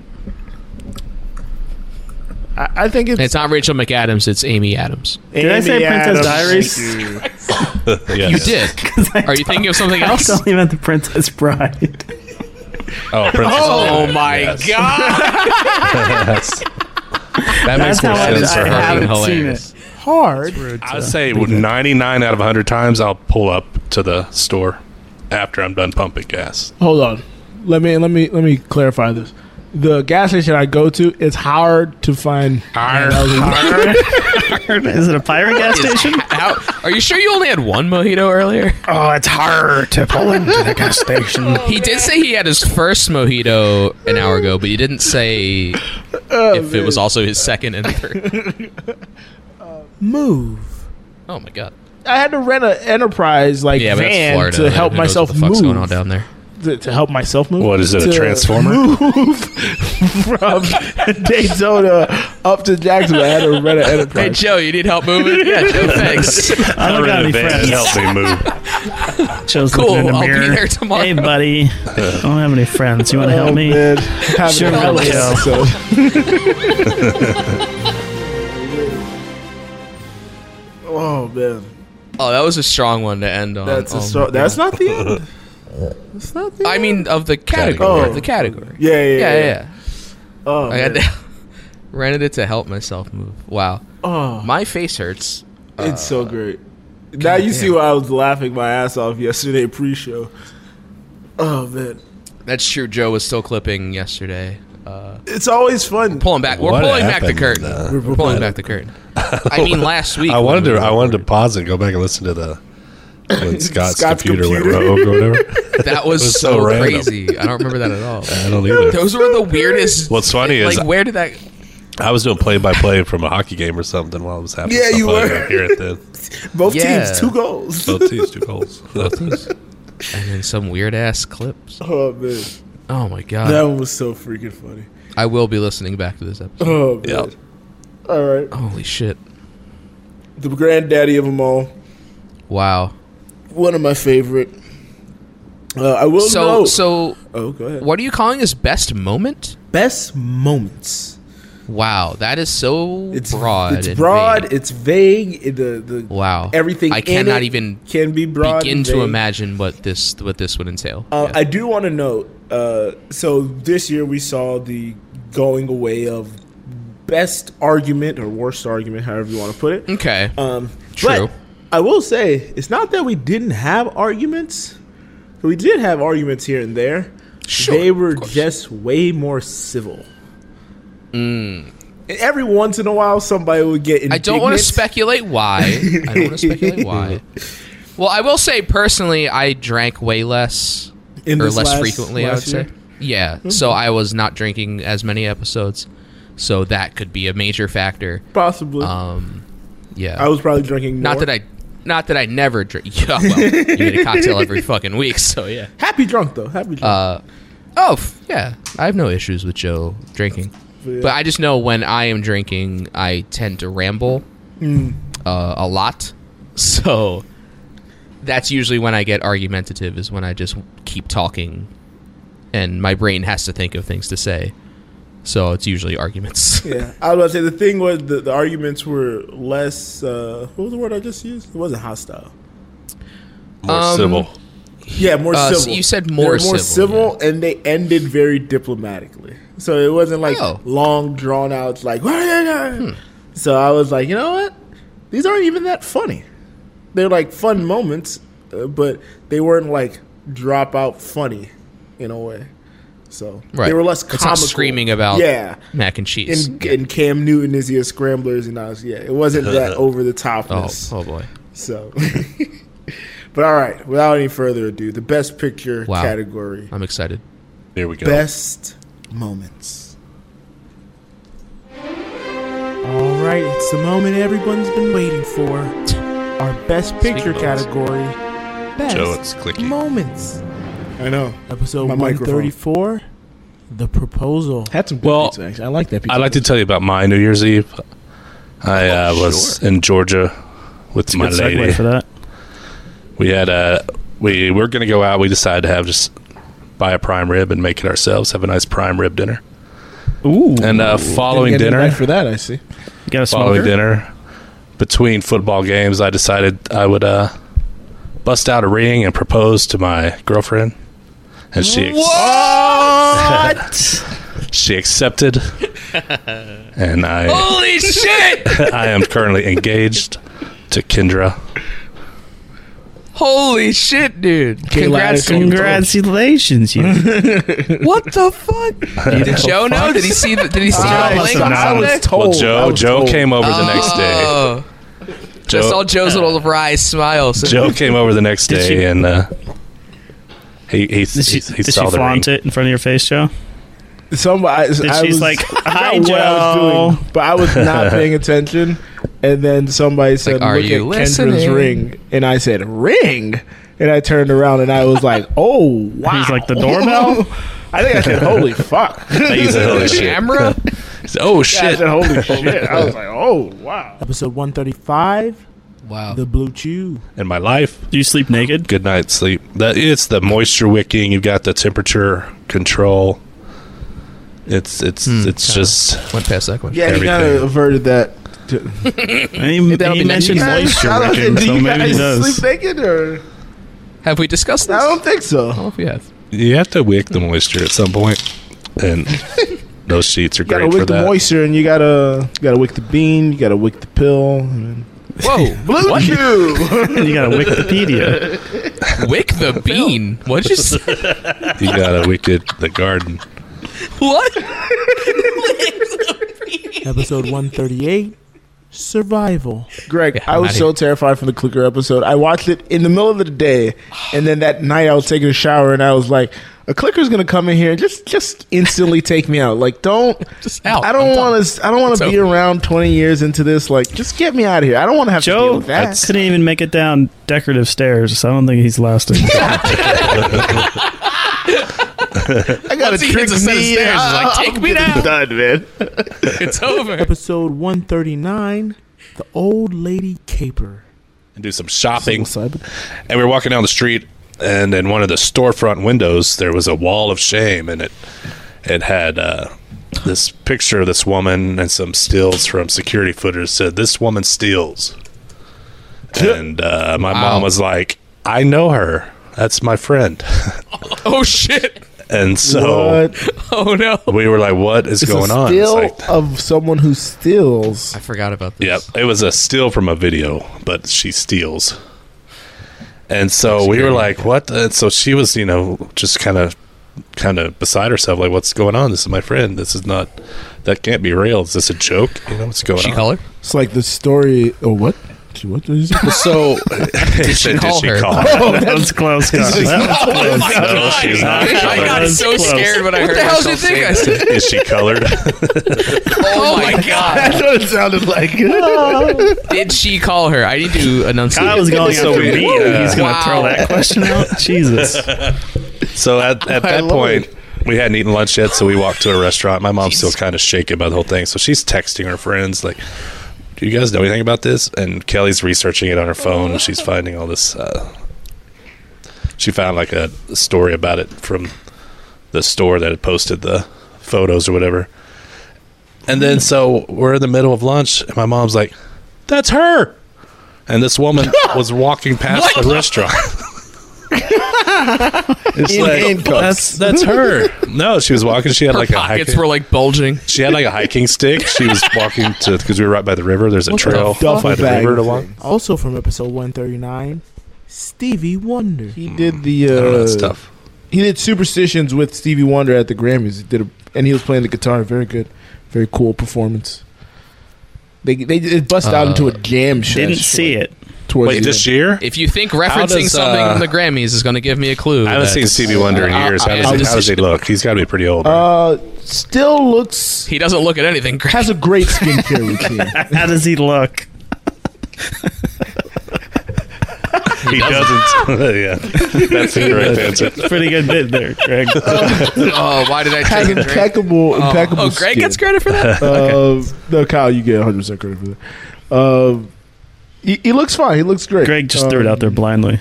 Speaker 6: I, I think it's.
Speaker 3: It's not Rachel McAdams. It's Amy Adams.
Speaker 5: Did I say
Speaker 6: Amy
Speaker 5: Princess
Speaker 6: Adams.
Speaker 5: Diaries?
Speaker 4: Yes.
Speaker 3: You did. Are you thinking of something
Speaker 5: I
Speaker 3: else?
Speaker 5: totally meant the Princess Bride.
Speaker 4: Oh, Princess
Speaker 3: Oh
Speaker 4: Diary,
Speaker 3: my
Speaker 4: yes.
Speaker 3: god!
Speaker 4: Yes. That makes
Speaker 5: That's
Speaker 4: more
Speaker 5: how much
Speaker 4: sense
Speaker 5: I
Speaker 4: for her.
Speaker 5: haven't
Speaker 3: Hilarious.
Speaker 5: seen it.
Speaker 6: Hard.
Speaker 4: I would say 99 out of 100 times I'll pull up to the store after I'm done pumping gas.
Speaker 6: Hold on. Let me let me let me clarify this. The gas station I go to, it's hard to find.
Speaker 4: Hard.
Speaker 6: Hard.
Speaker 3: hard.
Speaker 5: Is it a pirate gas station?
Speaker 3: How, are you sure you only had one mojito earlier?
Speaker 14: Oh, it's hard to pull into the gas station.
Speaker 3: He did say he had his first mojito an hour ago, but he didn't say if it was also his second and third.
Speaker 2: Move.
Speaker 3: Oh my god.
Speaker 2: I had to rent an enterprise like
Speaker 3: Yeah, but that's
Speaker 2: van
Speaker 3: Florida.
Speaker 2: to help
Speaker 3: Who knows
Speaker 2: myself
Speaker 3: what the fuck's
Speaker 2: move.
Speaker 3: going on down there?
Speaker 2: To, to help myself move.
Speaker 4: What is it, a
Speaker 2: To
Speaker 4: transformer?
Speaker 2: Move from Daytona up to Jacksonville. I had to rent an enterprise.
Speaker 3: Hey Joe, you need help moving? Yeah, Joe, thanks.
Speaker 5: I don't got any friends. Joe's
Speaker 3: Cool,
Speaker 5: looking in the
Speaker 3: I'll be
Speaker 5: mirror.
Speaker 3: there tomorrow.
Speaker 5: Hey, buddy. I don't have any friends. You want to help me?
Speaker 2: Have
Speaker 5: Sure,
Speaker 2: an
Speaker 5: will,
Speaker 2: outlet,
Speaker 5: Joe.
Speaker 2: so- Oh man,
Speaker 3: Oh, that was a strong one to end on.
Speaker 2: that's
Speaker 3: Oh,
Speaker 2: a strong.
Speaker 3: my
Speaker 2: That's
Speaker 3: God.
Speaker 2: not the end. That's not the.
Speaker 3: I
Speaker 2: end.
Speaker 3: mean, of the category.
Speaker 2: Oh.
Speaker 3: Of the category.
Speaker 2: Yeah, yeah,
Speaker 3: yeah.
Speaker 2: yeah. Oh,
Speaker 3: I had
Speaker 2: man.
Speaker 3: to, rented it to help myself move. Wow.
Speaker 2: Oh.
Speaker 3: My face hurts.
Speaker 2: It's so great. Now you see why I was laughing my ass off yesterday pre-show. Oh man,
Speaker 3: That's true. Joe was still clipping yesterday. Uh,
Speaker 2: it's always fun.
Speaker 3: pulling back. We're
Speaker 4: What
Speaker 3: pulling back the
Speaker 4: happened,
Speaker 3: curtain.
Speaker 4: uh,
Speaker 3: we're pulling back the curtain. I mean, last week.
Speaker 4: I
Speaker 3: when
Speaker 4: wanted
Speaker 3: we
Speaker 4: to.
Speaker 3: were-
Speaker 4: I wanted to pause and go back and listen to the when Scott's,
Speaker 3: Scott's
Speaker 4: computer,
Speaker 3: computer.
Speaker 4: went rogue or whatever.
Speaker 3: That was,
Speaker 4: It
Speaker 3: so,
Speaker 4: random.
Speaker 3: crazy. I don't remember that at all.
Speaker 4: I don't either.
Speaker 3: Those were the weirdest.
Speaker 4: What's funny is
Speaker 3: Like, where did that?
Speaker 4: I was doing play by play from a hockey game or something while it was happening.
Speaker 2: Yeah,
Speaker 4: so I
Speaker 2: you
Speaker 4: probably
Speaker 2: were.
Speaker 4: didn't Hear it then.
Speaker 2: Both
Speaker 3: Yeah.
Speaker 2: teams, two goals.
Speaker 4: Both teams, two goals.
Speaker 3: And then some weird ass clips.
Speaker 2: Oh man,
Speaker 3: Oh my god.
Speaker 2: that one was so freaking funny.
Speaker 3: I will be listening back to this episode.
Speaker 2: Oh man. All right,
Speaker 3: Holy shit!
Speaker 2: the granddaddy of them all,
Speaker 3: Wow.
Speaker 2: one of my favorite. Uh, I will
Speaker 3: so
Speaker 2: note-
Speaker 3: so.
Speaker 2: Oh, go ahead.
Speaker 3: What are you calling his best moment?
Speaker 2: Best moments.
Speaker 3: Wow, that is so broad.
Speaker 2: It's
Speaker 3: and
Speaker 2: broad. It's vague. it- The the
Speaker 3: vague. Wow.
Speaker 2: everything.
Speaker 3: I
Speaker 2: in
Speaker 3: cannot
Speaker 2: it
Speaker 3: even
Speaker 2: can be broad.
Speaker 3: begin
Speaker 2: and
Speaker 3: to
Speaker 2: vague.
Speaker 3: imagine what this what this would entail.
Speaker 2: Uh, I do want to note. Uh, so this year we saw the going away of best argument or worst argument, however you want to put it.
Speaker 3: Okay.
Speaker 2: Um,
Speaker 3: Mm, True.
Speaker 2: But I will say it's not that we didn't have arguments. We did have arguments here and there.
Speaker 3: Sure,
Speaker 2: they were just way more civil. Mm. And every once in a while, somebody would get. Indignant.
Speaker 3: I don't want to speculate why. I don't want to speculate why. Well, I will say personally, I drank way less
Speaker 2: In
Speaker 3: or
Speaker 2: this
Speaker 3: less
Speaker 2: last-
Speaker 3: frequently. I would
Speaker 2: last year? Hmm.
Speaker 3: say, yeah. So I was not drinking as many episodes, so that could be a major factor.
Speaker 2: Possibly.
Speaker 3: Um, yeah.
Speaker 2: I was probably drinking.
Speaker 3: not
Speaker 2: more.
Speaker 3: that I, not that I never drink. Yeah, well, you get a cocktail every fucking week, so yeah.
Speaker 2: happy drunk though. Happy drunk.
Speaker 3: Uh, oh f- yeah, I have no issues with Joe drinking,
Speaker 2: Yeah.
Speaker 3: but I just know when I am drinking, I tend to ramble
Speaker 2: Mm.
Speaker 3: uh, a lot. So that's usually when I get argumentative, is when I just keep talking and my brain has to think of things to say. So it's usually arguments.
Speaker 2: yeah, I was about to say the thing was the, the arguments were less. Uh, what was the word I just used? It wasn't hostile.
Speaker 4: More
Speaker 3: Um,
Speaker 4: civil.
Speaker 2: Yeah, more
Speaker 3: Uh, so
Speaker 2: civil.
Speaker 3: you said
Speaker 2: They
Speaker 3: more
Speaker 2: were more
Speaker 3: civil,
Speaker 2: civil, and they ended very diplomatically. So it wasn't like
Speaker 3: Oh. Hmm.
Speaker 2: long drawn out. Like, so I was like, you know what? These aren't even that funny. They're like fun moments, uh, but they weren't like drop out funny in a way. So
Speaker 3: Right.
Speaker 2: they were less
Speaker 3: It's
Speaker 2: comical.
Speaker 3: not screaming about
Speaker 2: yeah.
Speaker 3: mac and cheese.
Speaker 2: And, and Cam Newton is your scramblers, and I was yeah, it wasn't that over the
Speaker 3: oh,
Speaker 2: topness.
Speaker 3: oh boy.
Speaker 2: So, but all right, without any further ado, the best picture
Speaker 3: Wow.
Speaker 2: category,
Speaker 3: I'm excited.
Speaker 4: Here we go.
Speaker 2: best moments. All right, it's the moment everyone's been waiting for. Our best picture
Speaker 4: of moments.
Speaker 2: category, best
Speaker 4: Joe, it's clicky.
Speaker 2: moments. I know. Episode
Speaker 6: My microphone.
Speaker 2: 134, The Proposal. That's some
Speaker 4: Well,
Speaker 2: pizza, actually. I like that pizza.
Speaker 4: I'd like to tell you about my New Year's Eve. I uh, was in Georgia with
Speaker 5: a
Speaker 4: my
Speaker 5: good segue
Speaker 4: lady.
Speaker 5: for that.
Speaker 4: We had uh, we were gonna go out. We decided to have just buy a prime rib and make it ourselves. Have a nice prime rib dinner.
Speaker 2: Ooh.
Speaker 4: And uh, following dinner,
Speaker 2: for that, I see.
Speaker 5: got a
Speaker 4: following dinner, between football games, I decided I would uh, bust out a ring and propose to my girlfriend, and she
Speaker 2: What?
Speaker 4: she accepted, and I
Speaker 15: Oh.
Speaker 3: Holy shit!
Speaker 4: I am currently engaged to Kendra.
Speaker 3: Holy shit, dude! Congrats,
Speaker 15: Congratulations, you.
Speaker 3: what the fuck? Did Joe know? Did he see? The, did he see?
Speaker 4: I
Speaker 3: the
Speaker 4: was
Speaker 3: link
Speaker 4: not.
Speaker 3: on
Speaker 4: I was
Speaker 3: Sunday?
Speaker 4: told.
Speaker 15: Oh,
Speaker 4: Well, Joe- I was Joe told. came over the
Speaker 15: Ah.
Speaker 4: next day.
Speaker 3: Oh. I
Speaker 4: Joe-
Speaker 3: saw Joe's little wry smile. so-
Speaker 4: Joe came over the next
Speaker 15: Did
Speaker 4: day
Speaker 15: she-
Speaker 4: and uh, he he,
Speaker 15: Did she,
Speaker 4: he, he
Speaker 15: did she
Speaker 4: saw the ring.
Speaker 15: flaunt it in front of your face, Joe?
Speaker 6: Somebody,
Speaker 15: Did
Speaker 6: I
Speaker 15: she's
Speaker 6: was,
Speaker 15: like,
Speaker 6: I forgot
Speaker 15: "Hi,
Speaker 6: what I
Speaker 15: Joe."
Speaker 6: was doing, but I was not paying attention. And then somebody said,
Speaker 3: "Are
Speaker 6: "Look at
Speaker 3: you
Speaker 6: Kendra's
Speaker 3: listening?"
Speaker 6: ring," and I said, "Ring." And I turned around and I was like, "Oh wow!"
Speaker 15: He's like, "The doorbell?"
Speaker 6: I think I said, "Holy fuck!"
Speaker 4: He's like, "Holy shit." Camera?
Speaker 6: Yeah,
Speaker 4: oh
Speaker 6: I
Speaker 4: shit!
Speaker 6: said, "Holy shit!" I was like, "Oh wow!"
Speaker 2: Episode 135.
Speaker 3: Wow.
Speaker 2: The Blue Chew.
Speaker 4: in my life.
Speaker 15: Do you sleep naked?
Speaker 4: Good night sleep. That it's the moisture wicking. You've got the temperature control. It's it's
Speaker 6: Hmm.
Speaker 4: it's just
Speaker 3: went past that
Speaker 6: Yeah, you kind of averted that. to-
Speaker 15: And he,
Speaker 3: that'll
Speaker 15: he
Speaker 3: be next
Speaker 15: mentioned
Speaker 3: week.
Speaker 15: moisture
Speaker 6: I don't
Speaker 15: wicking,
Speaker 6: think- do
Speaker 15: so
Speaker 6: you
Speaker 15: maybe he
Speaker 6: guys
Speaker 15: does.
Speaker 6: Sleep naked or?
Speaker 3: Have we discussed this?
Speaker 6: I don't think so.
Speaker 3: Yes.
Speaker 4: You have to wick the moisture at some point, and those sheets are
Speaker 6: You
Speaker 4: great
Speaker 6: gotta
Speaker 4: for
Speaker 6: wick the
Speaker 4: that.
Speaker 6: moisture, and you gotta you gotta wick the bean. You gotta wick the pill. and-
Speaker 3: Whoa,
Speaker 6: Blue
Speaker 3: what?
Speaker 6: Chew.
Speaker 15: you got a Wikipedia.
Speaker 3: Wick the bean. What did you say?
Speaker 4: you gotta wick it the garden.
Speaker 3: What?
Speaker 2: Episode 138. Survival.
Speaker 6: Greg,
Speaker 2: Yeah,
Speaker 6: I
Speaker 2: I'm
Speaker 6: was
Speaker 2: outta
Speaker 6: so
Speaker 2: here.
Speaker 6: terrified from the clicker episode. I watched it in the middle of the day, and then that night I was taking a shower, and I was like, "A clicker's gonna come in here and just just instantly take me out. Like, don't.
Speaker 3: Just out.
Speaker 6: I don't want to. I don't want
Speaker 3: It's
Speaker 6: to be
Speaker 3: over.
Speaker 6: around twenty years into this. Like, just get me out of here. I don't want to have to deal
Speaker 15: Joe
Speaker 6: with that.
Speaker 15: couldn't even make it down decorative stairs, so I don't think he's lasting.
Speaker 6: I got a
Speaker 3: Once he hits
Speaker 6: trick
Speaker 3: a set of
Speaker 6: knee.
Speaker 3: stairs, he's
Speaker 6: I-
Speaker 3: like,
Speaker 6: I'm
Speaker 3: "Take me
Speaker 6: getting
Speaker 3: down."
Speaker 6: done, man.
Speaker 3: It's over.
Speaker 2: Episode 139. The Old Lady Caper.
Speaker 4: and do some shopping. And we were walking down the street, and in one of the storefront windows, there was a wall of shame, and it it had uh, this picture of this woman and some stills from security footage said, "This woman steals." And uh, my mom was like, "I know her. That's my friend."
Speaker 3: Oh shit.
Speaker 4: and so
Speaker 3: Oh no.
Speaker 4: we were like, "What is
Speaker 6: It's
Speaker 4: going
Speaker 6: a
Speaker 4: on?" It's
Speaker 6: steal
Speaker 4: like,
Speaker 6: of someone who steals.
Speaker 3: I forgot about this.
Speaker 4: Yep, it was a steal from a video, but she steals. And so we were like, "What?" And so she was, you know, just kind of, kind of beside herself, like, "What's going on? This is my friend. This is not. That can't be real. Is this a joke? You know, what's going
Speaker 3: She
Speaker 4: on?"
Speaker 3: call her?
Speaker 6: It's like the story. Oh, what? She- What did you say?
Speaker 4: So did
Speaker 3: she call her?
Speaker 15: Oh, that was close, Scott. That was
Speaker 3: Oh
Speaker 15: close.
Speaker 4: my God. She's not
Speaker 3: I
Speaker 4: colored.
Speaker 3: got so
Speaker 15: Close.
Speaker 3: scared when I
Speaker 6: What
Speaker 3: heard
Speaker 6: the hell
Speaker 3: myself
Speaker 6: do you think
Speaker 3: say
Speaker 6: I
Speaker 3: that.
Speaker 4: Is she colored?
Speaker 3: Oh my god.
Speaker 6: That's what it sounded like.
Speaker 3: Did she call her? I need to enunciate.
Speaker 15: Kyle was going
Speaker 4: So
Speaker 15: after
Speaker 4: we-
Speaker 15: me.
Speaker 4: uh,
Speaker 15: and he's going to
Speaker 3: Wow.
Speaker 15: throw that question out. Jesus.
Speaker 4: So at, at that point, we hadn't eaten lunch yet, so we walked to a restaurant. My mom's still kind of shaken by the whole thing, so she's texting her friends like, "Do you guys know anything about this?" And Kelly's researching it on her phone, and she's finding all this. Uh, she found like a story about it from the store that had posted the photos or whatever. And then so we're in the middle of lunch, and my mom's like, "That's her," and this woman was walking past the restaurant. It's
Speaker 6: In
Speaker 4: like,
Speaker 6: handcuffs.
Speaker 4: that's that's her. No, she was walking. She had
Speaker 3: Her
Speaker 4: like a
Speaker 3: pockets
Speaker 4: hiking.
Speaker 3: were like bulging.
Speaker 4: she had like a hiking stick. She was walking to because we were right by the river. There's a
Speaker 3: What the
Speaker 4: trail
Speaker 6: fuck?
Speaker 4: by the
Speaker 6: Duffel
Speaker 4: river to
Speaker 6: bag.
Speaker 4: walk.
Speaker 2: Also from episode 139. Oh, Stevie Wonder.
Speaker 6: He did the.
Speaker 4: I don't know, it's
Speaker 6: Uh,
Speaker 4: tough.
Speaker 6: he did Superstitions with Stevie Wonder at the Grammys. He did, a, and he was playing the guitar. Very good, very cool performance. They they it bust out into a jam.
Speaker 15: Didn't
Speaker 6: session
Speaker 15: see Uh, it.
Speaker 6: towards
Speaker 4: Wait,
Speaker 6: the
Speaker 4: this
Speaker 6: end.
Speaker 4: year?
Speaker 3: If you think
Speaker 4: How
Speaker 3: referencing
Speaker 4: does,
Speaker 3: something
Speaker 4: uh,
Speaker 3: from the Grammys is going to give me a clue,
Speaker 4: I haven't
Speaker 3: that
Speaker 4: seen Stevie Wonder in
Speaker 6: I-
Speaker 4: years. How
Speaker 6: I-
Speaker 4: does,
Speaker 6: I
Speaker 4: he,
Speaker 6: was-
Speaker 4: how does he look? He's got to be pretty old. right?
Speaker 6: Uh, still looks
Speaker 3: he doesn't look at anything. Gra-
Speaker 6: has a great skincare routine.
Speaker 15: How does he look?
Speaker 4: he doesn't. yeah, that's the correct answer.
Speaker 15: Pretty good bit there, Greg.
Speaker 3: oh, why did I
Speaker 6: Has
Speaker 3: take a drink?
Speaker 6: impeccable,
Speaker 3: Oh,
Speaker 6: impeccable.
Speaker 3: oh, Greg
Speaker 6: skin.
Speaker 3: gets credit for that.
Speaker 6: Uh, No, Kyle, you get 100 percent credit for that. Uh, he, he looks fine. He looks great.
Speaker 15: Greg just threw it
Speaker 6: Um,
Speaker 15: out there blindly.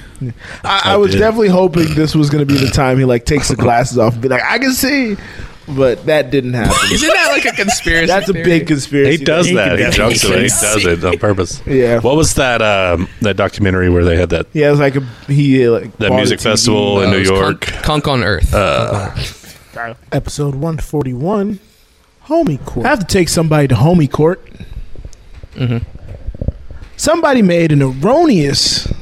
Speaker 6: I, I
Speaker 4: I
Speaker 6: was
Speaker 4: did.
Speaker 6: definitely hoping this was going to be the time he like takes the glasses off and be like, I can see, but that didn't happen.
Speaker 3: Isn't that like a conspiracy?
Speaker 6: That's a
Speaker 3: theory?
Speaker 6: big
Speaker 4: He
Speaker 6: conspiracy.
Speaker 4: does that. He
Speaker 15: definitely
Speaker 4: jumps to it. He
Speaker 3: see.
Speaker 4: does it on purpose.
Speaker 6: Yeah.
Speaker 4: What was that? Um, that documentary where they had that
Speaker 6: Yeah, it's like a, he uh, like
Speaker 4: that
Speaker 6: bought a
Speaker 4: music
Speaker 6: TV.
Speaker 4: festival in
Speaker 3: Uh,
Speaker 4: New
Speaker 3: it was
Speaker 4: York? Uh,
Speaker 3: Kunk, Kunk on Earth.
Speaker 2: Episode 141. Homie Court.
Speaker 6: I have to take somebody to homie
Speaker 4: Mm-hmm.
Speaker 6: court. Somebody made an erroneous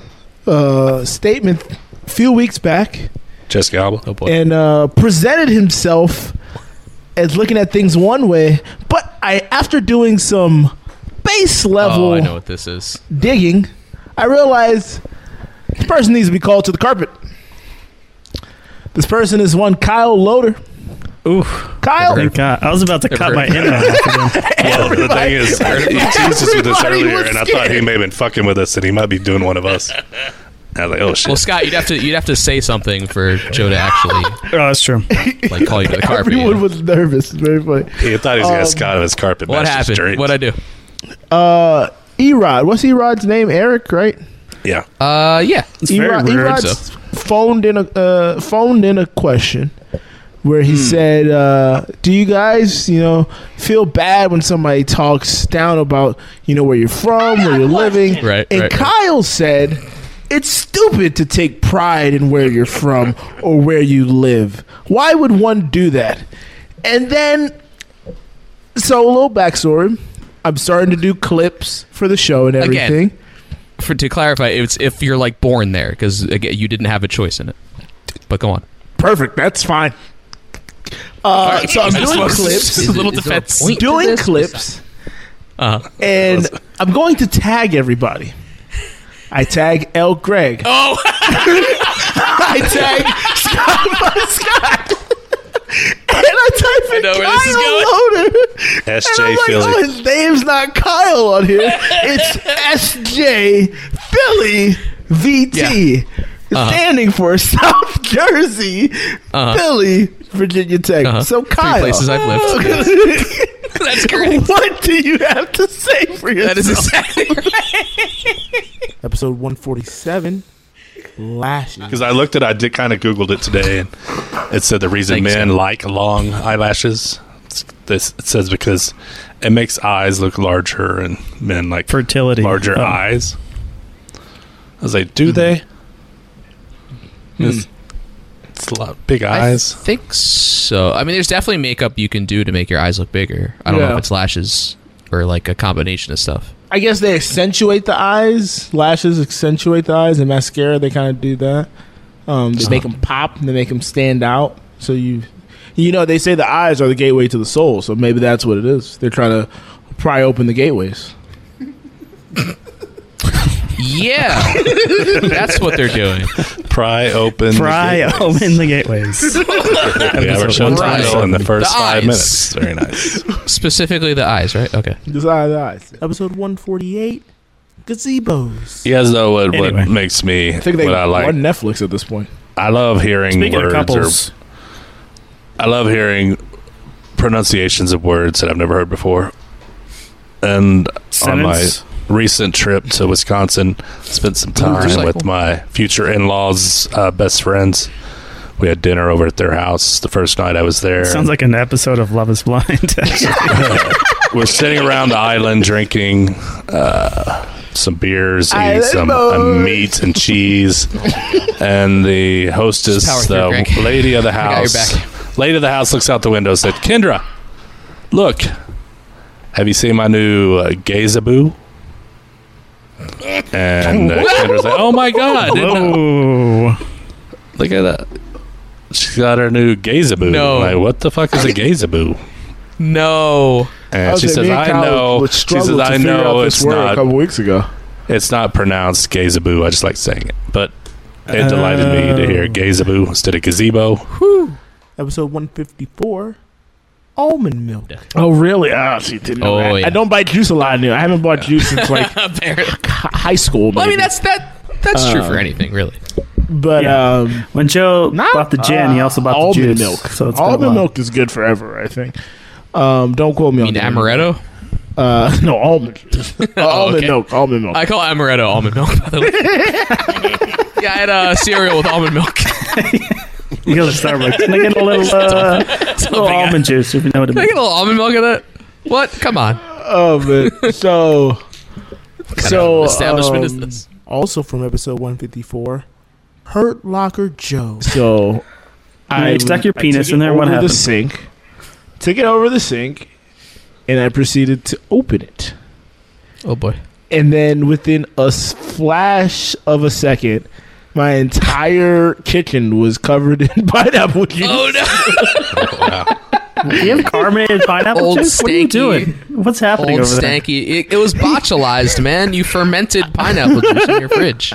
Speaker 6: uh, statement a few weeks back
Speaker 4: Jessica Alba. Oh boy.
Speaker 6: and uh, presented himself as looking at things one way, but I after doing some base level
Speaker 3: Oh, I know what this is.
Speaker 6: digging, I realized this person needs to be called to the carpet. This person is one Kyle Loader.
Speaker 5: Oof.
Speaker 6: Kyle.
Speaker 5: Thank God. I was about to cut my
Speaker 4: Everybody-
Speaker 5: in off again.
Speaker 4: Well, the thing is, I heard- he teased us with this
Speaker 3: Everybody
Speaker 4: earlier,
Speaker 3: was
Speaker 4: and I thought he
Speaker 3: scared.
Speaker 4: may have been fucking with us, and he might be doing one of us. I was like, oh shit.
Speaker 3: Well, Scott, you'd have to you'd have to say something for Joe to actually
Speaker 5: Oh, that's true.
Speaker 3: like call you to the carpet. you know?
Speaker 6: Everyone was nervous. It's very funny.
Speaker 4: He thought he was gonna
Speaker 6: Um,
Speaker 4: Scott on his carpet.
Speaker 3: What happened? What'd I do?
Speaker 6: Uh, Erod. What's Erod's name? Eric, right?
Speaker 4: Yeah.
Speaker 3: Uh, yeah.
Speaker 6: Erod, Erod's phoned in a uh, phoned in a question where
Speaker 3: Hmm.
Speaker 6: he said, uh, "Do you guys, you know, feel bad when somebody talks down about, you know, where you're from, where you're living?"
Speaker 3: Right,
Speaker 6: And
Speaker 3: right, right.
Speaker 6: Kyle said, "It's stupid to take pride in where you're from or where you live. Why would one do that?" And then, so a little backstory. I'm starting to do clips for the show and
Speaker 3: Again.
Speaker 6: everything.
Speaker 3: For to clarify, it's if you're like born there because again you didn't have a choice in it. But go on.
Speaker 6: Perfect. That's fine. Uh, So I'm doing clips.
Speaker 3: Is it- is there a point to
Speaker 6: Doing
Speaker 3: this?
Speaker 6: clips, Uh-huh.
Speaker 3: Uh,
Speaker 6: and I'm going to tag everybody. I tag L. Greg.
Speaker 3: Oh.
Speaker 6: I tag Scott by Scott. And I type in Kyle Loader.
Speaker 4: SJ
Speaker 6: and I'm like,
Speaker 4: Philly.
Speaker 6: oh, his name's not Kyle on here. It's SJ Philly VT.
Speaker 3: Uh-huh.
Speaker 6: Standing for South Jersey,
Speaker 3: Uh-huh.
Speaker 6: Philly, Virginia Tech.
Speaker 3: Uh-huh.
Speaker 6: So
Speaker 3: Three
Speaker 6: Kyle, Oh,
Speaker 3: places I've lived. That's correct.
Speaker 6: What do you have to say for yourself?
Speaker 3: That is exactly
Speaker 6: Episode 147. Lashes.
Speaker 4: Because I looked at, I did kind of googled it today, and it said the reason
Speaker 3: Thanks,
Speaker 4: men
Speaker 3: Sam.
Speaker 4: like long eyelashes. it's- This it says because it makes eyes look larger, and men like
Speaker 5: fertility
Speaker 4: larger
Speaker 5: Oh.
Speaker 4: eyes. I was like, do they? It's, it's a lot big eyes.
Speaker 3: I think so. I mean, there's definitely makeup you can do to make your eyes look bigger. I don't know
Speaker 6: Yeah.
Speaker 3: if it's lashes or like a combination of stuff.
Speaker 6: I guess they accentuate the eyes. Lashes accentuate the eyes, and mascara they kind of do that. Um, they
Speaker 3: Uh-huh.
Speaker 6: make them pop and they make them stand out. So you, you know, they say the eyes are the gateway to the soul. So maybe that's what it is. They're trying to pry open the gateways.
Speaker 3: Yeah, that's what they're doing.
Speaker 4: Pry open. the
Speaker 5: Pry
Speaker 4: gateways.
Speaker 5: open the gateways.
Speaker 4: We have our show
Speaker 3: Right.
Speaker 4: title in the first
Speaker 3: The
Speaker 4: five
Speaker 3: eyes.
Speaker 4: minutes. Very nice.
Speaker 3: Specifically, the eyes, right? Okay.
Speaker 6: Just eye to eyes. Episode one forty eight, gazebos.
Speaker 4: You guys know what,
Speaker 6: Anyway.
Speaker 4: what makes me
Speaker 6: I think they
Speaker 4: what I like.
Speaker 6: on Netflix at this point.
Speaker 4: I love hearing
Speaker 5: Speaking of
Speaker 4: words.
Speaker 5: couples,
Speaker 4: Or, I love hearing pronunciations of words that I've never heard before. And
Speaker 5: Sentence?
Speaker 4: on my recent trip to Wisconsin, spent some time
Speaker 3: Motorcycle.
Speaker 4: with my future in-laws' uh, best friends. We had dinner over at their house the first night I was there.
Speaker 5: sounds like an episode of Love Is Blind.
Speaker 4: We're sitting around the island drinking uh, some beers, eating
Speaker 5: Island
Speaker 4: some uh,
Speaker 5: boys.
Speaker 4: meat and cheese, and the hostess,
Speaker 3: Just power
Speaker 4: the
Speaker 3: through, Greg.
Speaker 4: lady of the
Speaker 3: I got your
Speaker 4: house, lady of the house looks out the window, and said, "Kendra, look, have you seen my new uh, gazaboo?" And uh, Kendra's like, "Oh my god, didn't I-
Speaker 5: Whoa.
Speaker 4: look at that." She's got her new gazaboo.
Speaker 3: No.
Speaker 4: I'm like, what the fuck is a gazaboo?
Speaker 3: No.
Speaker 4: And
Speaker 6: was
Speaker 4: she
Speaker 6: like,
Speaker 4: says,
Speaker 6: me and
Speaker 4: "I
Speaker 6: Kyle
Speaker 4: know."
Speaker 6: would
Speaker 4: She
Speaker 6: struggle
Speaker 4: says,
Speaker 6: to
Speaker 4: "I
Speaker 6: figure out
Speaker 4: know."
Speaker 6: this
Speaker 4: It's
Speaker 6: word a
Speaker 4: not.
Speaker 6: couple weeks ago.
Speaker 4: It's not pronounced gazaboo. I just like saying it, but it delighted me to hear gazaboo instead of gazebo.
Speaker 6: Whew. Episode one fifty four, almond milk. Oh really? Ah, she didn't know
Speaker 3: Oh,
Speaker 6: that.
Speaker 3: yeah.
Speaker 6: I don't buy juice a lot now. I haven't bought juice since like
Speaker 3: Apparently.
Speaker 6: high school.
Speaker 3: Well, I mean,
Speaker 6: maybe.
Speaker 3: that's that. That's true for
Speaker 6: Uh,
Speaker 3: anything, really.
Speaker 6: But
Speaker 5: Yeah.
Speaker 6: um,
Speaker 5: when Joe bought the gin, he also bought the
Speaker 6: almond
Speaker 5: juice.
Speaker 6: milk.
Speaker 5: So it's got a
Speaker 6: almond
Speaker 5: lot.
Speaker 6: milk is good forever, I think. Um, don't quote me
Speaker 3: You
Speaker 6: on
Speaker 3: mean
Speaker 6: that.
Speaker 3: amaretto?
Speaker 6: Uh, no almond. Uh,
Speaker 4: Oh,
Speaker 6: almond
Speaker 3: okay.
Speaker 6: milk. Almond milk.
Speaker 3: I call it amaretto almond milk. By the way. yeah, I had uh, cereal with almond milk.
Speaker 5: You go to Starbucks. Can I get a little, uh, little almond juice if you know what I
Speaker 3: Can I
Speaker 5: mean?
Speaker 3: get a little almond milk in that? What? Come on.
Speaker 6: oh man. So,
Speaker 3: of
Speaker 6: so
Speaker 3: establishment is
Speaker 6: um,
Speaker 3: this?
Speaker 6: Also from episode one fifty four, Hurt Locker Joe. So,
Speaker 5: you stuck your
Speaker 6: I
Speaker 5: penis
Speaker 6: took
Speaker 5: in
Speaker 6: it
Speaker 5: there. What
Speaker 6: over
Speaker 5: happened?
Speaker 6: The sink. Took it over the sink, and I proceeded to open it.
Speaker 3: Oh boy.
Speaker 6: and then within a s- flash of a second, my entire kitchen was covered in pineapple juice. Oh
Speaker 5: Do you have carbonated pineapple
Speaker 3: Old
Speaker 5: juice? What are you
Speaker 3: stanky-
Speaker 5: doing? What's happening
Speaker 3: Old
Speaker 5: over there?
Speaker 3: stanky. It, it was botulized, man. You fermented pineapple juice in your fridge.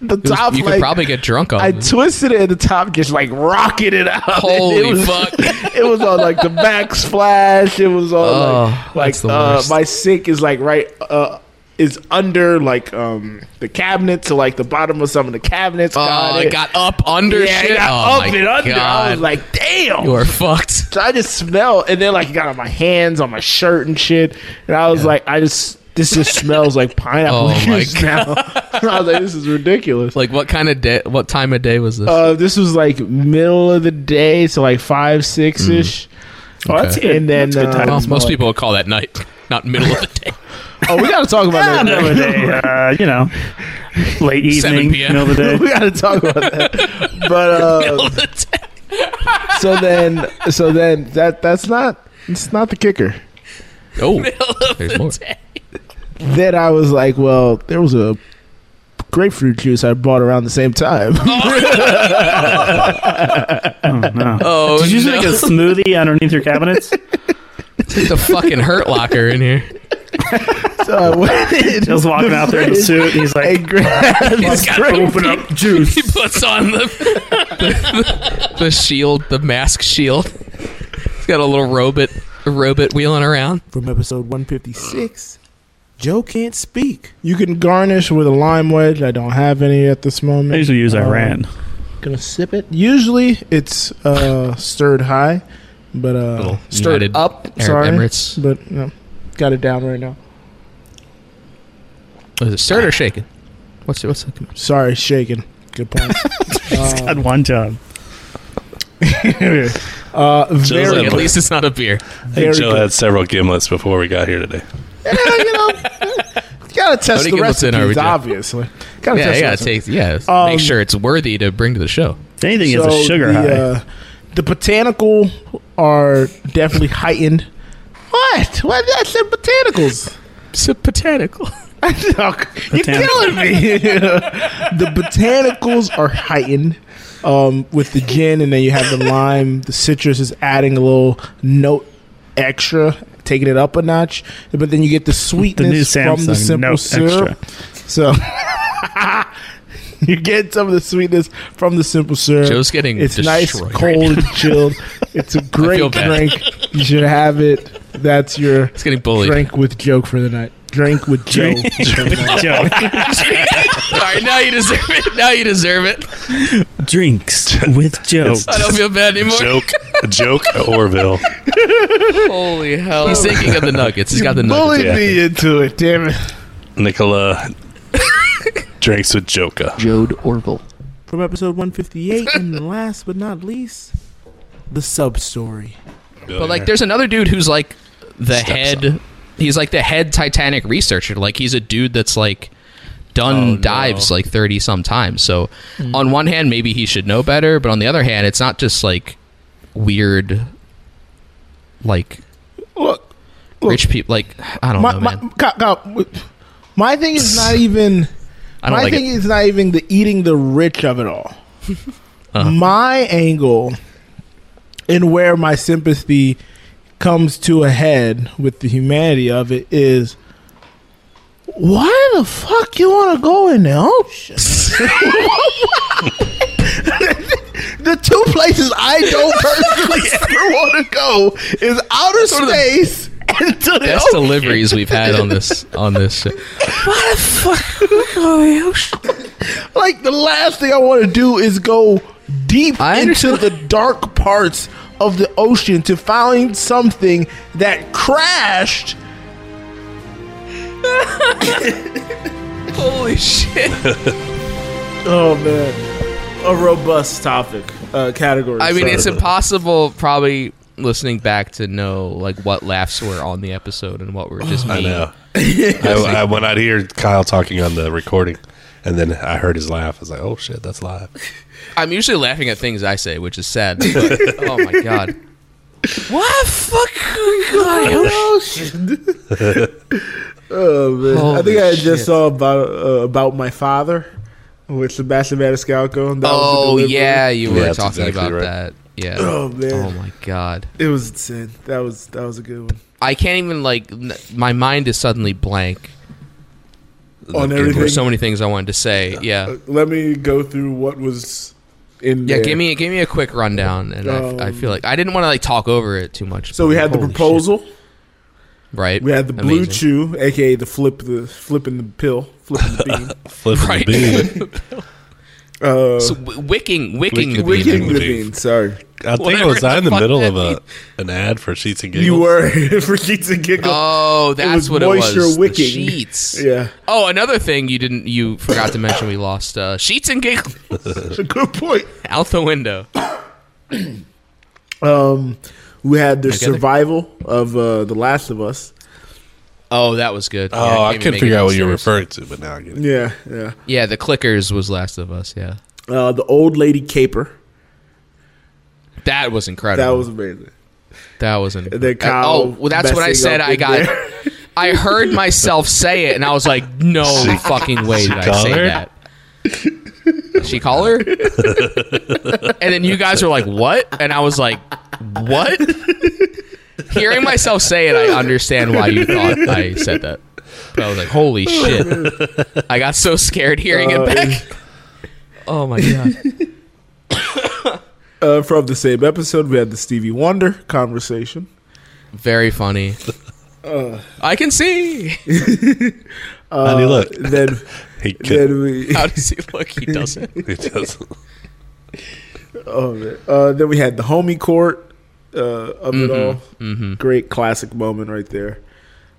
Speaker 6: The
Speaker 3: top, you
Speaker 6: like-
Speaker 3: could probably get drunk on.
Speaker 6: I
Speaker 3: it.
Speaker 6: twisted it at the top, just like rocketed out. And
Speaker 3: Holy
Speaker 6: it was,
Speaker 3: fuck.
Speaker 6: It was on like the backsplash. It was on
Speaker 3: Oh,
Speaker 6: like, like
Speaker 3: that's the
Speaker 6: uh,
Speaker 3: worst.
Speaker 6: my sink is like right uh is under like um the cabinet to like the bottom of some of the cabinets.
Speaker 3: Oh, it got up under
Speaker 6: Yeah, it
Speaker 3: shit?
Speaker 6: got
Speaker 3: Oh,
Speaker 6: up
Speaker 3: my
Speaker 6: and under. I
Speaker 3: God.
Speaker 6: was like, damn,
Speaker 3: You are fucked. So
Speaker 6: I just smelled, and then like it got on my hands, on my shirt and shit, and I was like, I just this just smells like pineapple
Speaker 3: Oh, my
Speaker 6: juice now. I was like, this is ridiculous.
Speaker 3: Like, what kind of day? What time of day was this?
Speaker 6: Uh, this was like middle of the day, so like five six ish.
Speaker 3: Oh, that's good.
Speaker 6: And then
Speaker 3: That's good time.
Speaker 6: uh,
Speaker 3: most people would call that night, not middle of the day.
Speaker 6: Oh, we gotta talk about that.
Speaker 5: Middle of the day, uh, you know, late
Speaker 3: 7
Speaker 5: evening,
Speaker 3: p.m..
Speaker 5: middle of the day.
Speaker 6: we gotta talk about that. But uh, so then, so then that that's not it's not the kicker.
Speaker 3: Oh, there's more.
Speaker 6: Then I was like, well, there was a grapefruit juice I bought around the same time.
Speaker 5: no.
Speaker 3: Oh,
Speaker 5: Did you just
Speaker 3: no.
Speaker 5: make a smoothie underneath your cabinets?
Speaker 3: It's the fucking hurt locker in here.
Speaker 6: so I went in
Speaker 5: Jill's walking
Speaker 6: the
Speaker 5: out there in a
Speaker 6: fridge
Speaker 5: suit, and he's like,
Speaker 6: and grabbed
Speaker 3: He's
Speaker 6: my
Speaker 3: got
Speaker 6: grape-
Speaker 3: open up
Speaker 5: juice.
Speaker 3: He puts on the the, the shield, the mask shield. He's got a little robot, robot wheeling around.
Speaker 2: From episode 156, Joe can't speak.
Speaker 6: You can garnish with a lime wedge. I don't have any at this moment.
Speaker 5: I usually use
Speaker 6: Um,
Speaker 5: Iran.
Speaker 6: Gonna sip it. Usually it's uh, stirred high, but uh,
Speaker 3: Little
Speaker 6: stirred
Speaker 3: United
Speaker 6: up.
Speaker 3: Arab
Speaker 6: sorry,
Speaker 3: Emirates.
Speaker 6: but no, got it down right now.
Speaker 3: Is it stirred or shaken? What's it? What's it?
Speaker 6: Sorry, shaking. Good point.
Speaker 5: He's got one job.
Speaker 6: uh,
Speaker 3: Joe's
Speaker 6: very
Speaker 3: like, at least it's not a beer.
Speaker 4: I
Speaker 6: Very
Speaker 4: think Joe
Speaker 6: good.
Speaker 4: had several gimlets before we got here today.
Speaker 6: You gotta test
Speaker 3: Tony
Speaker 6: the
Speaker 3: Gibbons in,
Speaker 6: recipes,
Speaker 3: are we, Joe?
Speaker 6: obviously. Gotta
Speaker 3: yeah,
Speaker 6: test
Speaker 3: you
Speaker 6: the
Speaker 3: gotta
Speaker 6: recipes.
Speaker 3: take. Yeah,
Speaker 6: Um,
Speaker 3: make sure it's worthy to bring to the show.
Speaker 5: If anything is
Speaker 6: So
Speaker 5: a sugar
Speaker 6: the,
Speaker 5: high.
Speaker 6: uh, the botanical are definitely heightened. What? What? That's the botanicals.
Speaker 3: It's a botanical.
Speaker 6: You're killing me. the botanicals are heightened um, with the gin, and then you have the lime. The citrus is adding a little note extra, taking it up a notch. But then you get the sweetness from the
Speaker 5: Samsung
Speaker 6: simple
Speaker 5: Note
Speaker 6: syrup. So you get some of the sweetness from the simple syrup.
Speaker 3: Joe's getting
Speaker 6: it's nice,
Speaker 3: destroyed right
Speaker 6: cold, and chilled. It's a
Speaker 3: feel
Speaker 6: great
Speaker 3: bad.
Speaker 6: drink. You should have it. That's your. It's
Speaker 3: getting bullied.
Speaker 6: Drink with joke for the night. Drink with Joe. for the night.
Speaker 5: Joe.
Speaker 3: All right, now you deserve it. Now you deserve it.
Speaker 5: Drinks with Joe.
Speaker 3: I don't feel bad anymore.
Speaker 4: Joke, joke, Orville.
Speaker 3: Holy hell! He's thinking of the Nuggets. He's got the Nuggets.
Speaker 6: Bullied me into it. Damn it.
Speaker 4: Nicola drinks with Joker.
Speaker 16: Jode Orville.
Speaker 2: From episode 158, and last but not least, the sub story.
Speaker 3: But like, there's another dude who's like the head. He's like the head Titanic researcher. Like he's a dude that's like done dives like thirty some times. So on one hand, maybe he should know better, but on the other hand, it's not just like weird, like
Speaker 6: Look,
Speaker 3: rich people. Like I don't
Speaker 6: my,
Speaker 3: know,
Speaker 6: my,
Speaker 3: Oh, man.
Speaker 6: co- co- my thing is not even.
Speaker 3: I don't
Speaker 6: my
Speaker 3: like
Speaker 6: thing is not even the eating the rich of it all.
Speaker 3: Uh-huh.
Speaker 6: My angle and where my sympathy comes to a head with the humanity of it is why the fuck you want to go in Oh, the ocean? the two places I don't personally ever want to go is outer space and to the
Speaker 3: Best
Speaker 6: ocean.
Speaker 3: deliveries we've had on this on this. shit.
Speaker 6: Why the fuck we
Speaker 7: Oh,
Speaker 6: go in the ocean? Like the last thing I want to do is go deep into the dark parts of the ocean to find something that crashed.
Speaker 3: Holy shit!
Speaker 6: Oh man, a robust topic uh, category.
Speaker 3: I mean,
Speaker 6: So-
Speaker 3: it's impossible, probably listening back to know like what laughs were on the episode and what were
Speaker 2: Oh,
Speaker 3: just me.
Speaker 4: I know. I, I went out here, Kyle talking on the recording, and then I heard his laugh. I was like, "Oh shit, that's live."
Speaker 3: I'm usually laughing at things I say, which is sad. but- oh my god. What the fuck?
Speaker 2: Oh man, I think
Speaker 3: Holy
Speaker 2: I just
Speaker 3: shit.
Speaker 2: saw about uh, about my father with Sebastian Maniscalco. That
Speaker 3: oh
Speaker 2: was the delivery.
Speaker 3: yeah, you were talking about that. Yeah.
Speaker 2: Oh man.
Speaker 3: Oh my god.
Speaker 2: It was insane. That was that was a good one.
Speaker 3: I can't even like. N- my mind is suddenly blank.
Speaker 2: On
Speaker 3: There were
Speaker 2: everything?
Speaker 3: so many things I wanted to say. Yeah.
Speaker 2: Uh, Let me go through what was in.
Speaker 3: Yeah,
Speaker 2: there.
Speaker 3: give me give me a quick rundown, and I, I feel like I didn't want to like talk over it too much.
Speaker 2: Um, So we had the proposal.
Speaker 3: Right.
Speaker 2: We had the blue
Speaker 3: Amazing.
Speaker 2: chew, aka the flip the flipping the pill, flipping the bean,
Speaker 4: Flipping
Speaker 3: Right.
Speaker 4: the
Speaker 2: bean. uh,
Speaker 3: So w- wicking, wicking the bean.
Speaker 2: wicking the bean. Sorry,
Speaker 4: I think it was I in the middle of a an ad for Sheets and Giggles.
Speaker 2: You were for Keats and Giggles.
Speaker 3: Oh, that's
Speaker 2: was
Speaker 3: what it was.
Speaker 2: moisture
Speaker 3: the
Speaker 2: wicking.
Speaker 3: sheets.
Speaker 2: Yeah.
Speaker 3: Oh, another thing you didn't you forgot to mention we lost uh, sheets and giggles.
Speaker 2: Good point.
Speaker 3: Out the window.
Speaker 2: Um, we had the
Speaker 3: Any other-
Speaker 2: survival of uh, The Last of Us.
Speaker 3: Oh, that was good.
Speaker 4: Oh, I couldn't figure out what you were referring to, but now I get it.
Speaker 2: Yeah, yeah.
Speaker 3: Yeah, the clickers was Last of Us. Yeah,
Speaker 2: Uh, the old lady caper.
Speaker 3: that was incredible.
Speaker 2: That was amazing.
Speaker 3: That was an.
Speaker 2: then Kyle
Speaker 3: oh, well, that's what I
Speaker 2: messing
Speaker 3: said.
Speaker 2: up
Speaker 3: I
Speaker 2: in
Speaker 3: got.
Speaker 2: there.
Speaker 3: I heard myself say it, and I was like, "No
Speaker 2: She-
Speaker 3: fucking way
Speaker 2: she
Speaker 3: did I say
Speaker 2: colored?
Speaker 3: that." She call her, and then you guys were like, "What?" And I was like, "What?" Hearing myself say it, I understand why you thought I said that. But I was like, "Holy shit!" I got so scared hearing
Speaker 2: Uh,
Speaker 3: it back. Oh my god!
Speaker 2: Uh, from the same episode, we had the Stevie Wonder conversation.
Speaker 3: Very funny.
Speaker 2: Uh,
Speaker 3: I can see.
Speaker 2: uh,
Speaker 3: How do you look?
Speaker 2: Then,
Speaker 4: He
Speaker 2: then we,
Speaker 3: How does he look? He doesn't.
Speaker 4: he doesn't.
Speaker 2: Oh, man. Uh, then we had the homie court uh, of it
Speaker 3: Mhm,
Speaker 2: all. Great classic moment right there.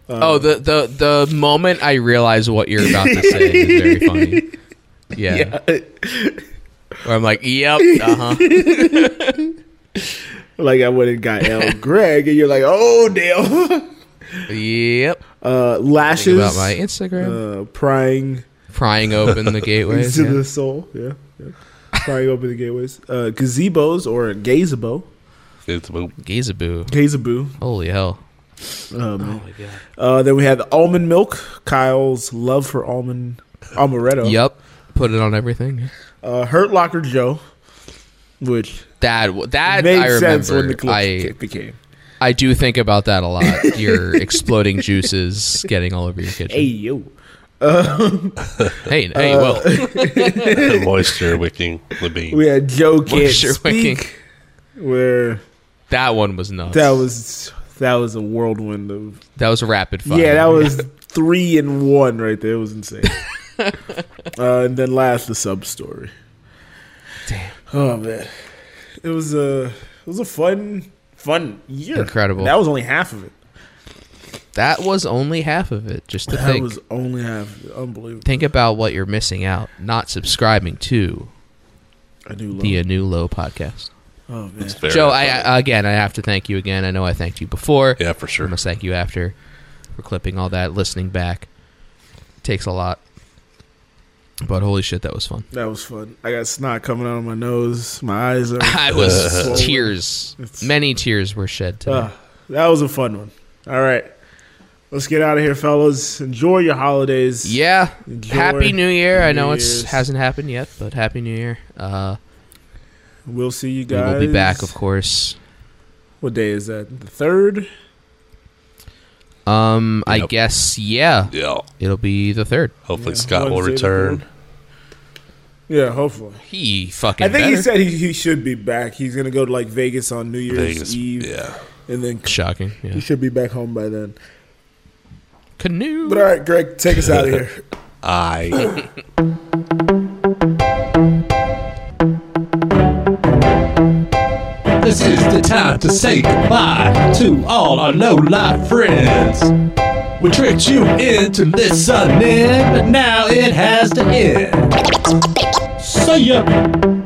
Speaker 2: Uh,
Speaker 3: oh, the, the the moment I realize what you're about to say is very funny. Yeah. Where I'm like, yep, uh huh.
Speaker 2: like I went and got L. Greg, and you're like, oh damn.
Speaker 3: Yep.
Speaker 2: Uh, lashes
Speaker 3: about my Instagram.
Speaker 2: Uh, prying.
Speaker 3: Prying open the gateways.
Speaker 2: into
Speaker 3: yeah.
Speaker 2: the soul. Yeah. yeah. Prying open the gateways. Uh, gazebos or a gazebo.
Speaker 4: Gazebo.
Speaker 3: Gazebo.
Speaker 2: Gazebo.
Speaker 3: Holy hell.
Speaker 2: Um, Uh, then we had the almond milk. Kyle's love for almond amaretto.
Speaker 3: Yep. Put it on everything.
Speaker 2: Uh, Hurt Locker Joe, which
Speaker 3: That that
Speaker 2: made
Speaker 3: I remember.
Speaker 2: sense when the clip
Speaker 3: I
Speaker 2: ca- became.
Speaker 3: I do think about that a lot. Your exploding juices getting all over your kitchen.
Speaker 2: Hey yo. Um,
Speaker 3: Hey, hey,
Speaker 2: uh,
Speaker 3: well.
Speaker 4: The moisture wicking the bean.
Speaker 2: we had Joe can't
Speaker 3: Moisture
Speaker 2: speak.
Speaker 3: wicking.
Speaker 2: Where
Speaker 3: That one was nuts.
Speaker 2: that was that was a whirlwind of
Speaker 3: That was rapid fire.
Speaker 2: yeah that was three and one right there. It was insane. uh, and then last the sub story. Damn. Oh man, it was a it was a fun fun year.
Speaker 3: Incredible.
Speaker 2: That was only half of it.
Speaker 3: That was only half of it. Just to
Speaker 2: That
Speaker 3: think,
Speaker 2: was only half. Of it. Unbelievable.
Speaker 3: think about what you're missing out not subscribing to
Speaker 2: I do love.
Speaker 3: the A New Low podcast.
Speaker 2: Oh man.
Speaker 4: Very
Speaker 3: Joe, I, I again, I have to thank you again. I know I thanked you before.
Speaker 4: Yeah, for sure.
Speaker 3: I must thank you after for clipping all that, listening back. takes a lot, but holy shit, that was fun.
Speaker 2: That was fun. I got snot coming out of my nose. My eyes are.
Speaker 3: I was
Speaker 2: swollen.
Speaker 3: tears. Many tears were shed. Today.
Speaker 2: Ah, that was a fun one. All right. Let's get out of here, fellas. Enjoy your holidays.
Speaker 3: Yeah.
Speaker 2: Enjoy
Speaker 3: Happy New Year! I know it's
Speaker 2: Year's.
Speaker 3: hasn't happened yet, but Happy New Year. Uh,
Speaker 2: We'll see you
Speaker 3: we
Speaker 2: guys.
Speaker 3: will be back, of course.
Speaker 2: What day is that? The third?
Speaker 3: Um, I
Speaker 4: Yep.
Speaker 3: guess yeah.
Speaker 4: Yeah.
Speaker 3: It'll be the third.
Speaker 4: Hopefully Scott will
Speaker 2: Wednesday the
Speaker 4: return.
Speaker 2: Yeah, hopefully.
Speaker 3: He fucking.
Speaker 2: I think he
Speaker 3: better.
Speaker 2: said he, he should be back. He's going to go to like Vegas on New Year's
Speaker 4: Vegas,
Speaker 2: Eve.
Speaker 4: yeah.
Speaker 2: And then
Speaker 3: Shocking.
Speaker 2: he
Speaker 3: Yeah.
Speaker 2: should be back home by then.
Speaker 3: Canoe.
Speaker 2: But all right, Greg, take us out of here.
Speaker 4: I.
Speaker 17: This is the time to say goodbye to all our low life friends. We tricked you into listening, but now it has to end. See ya.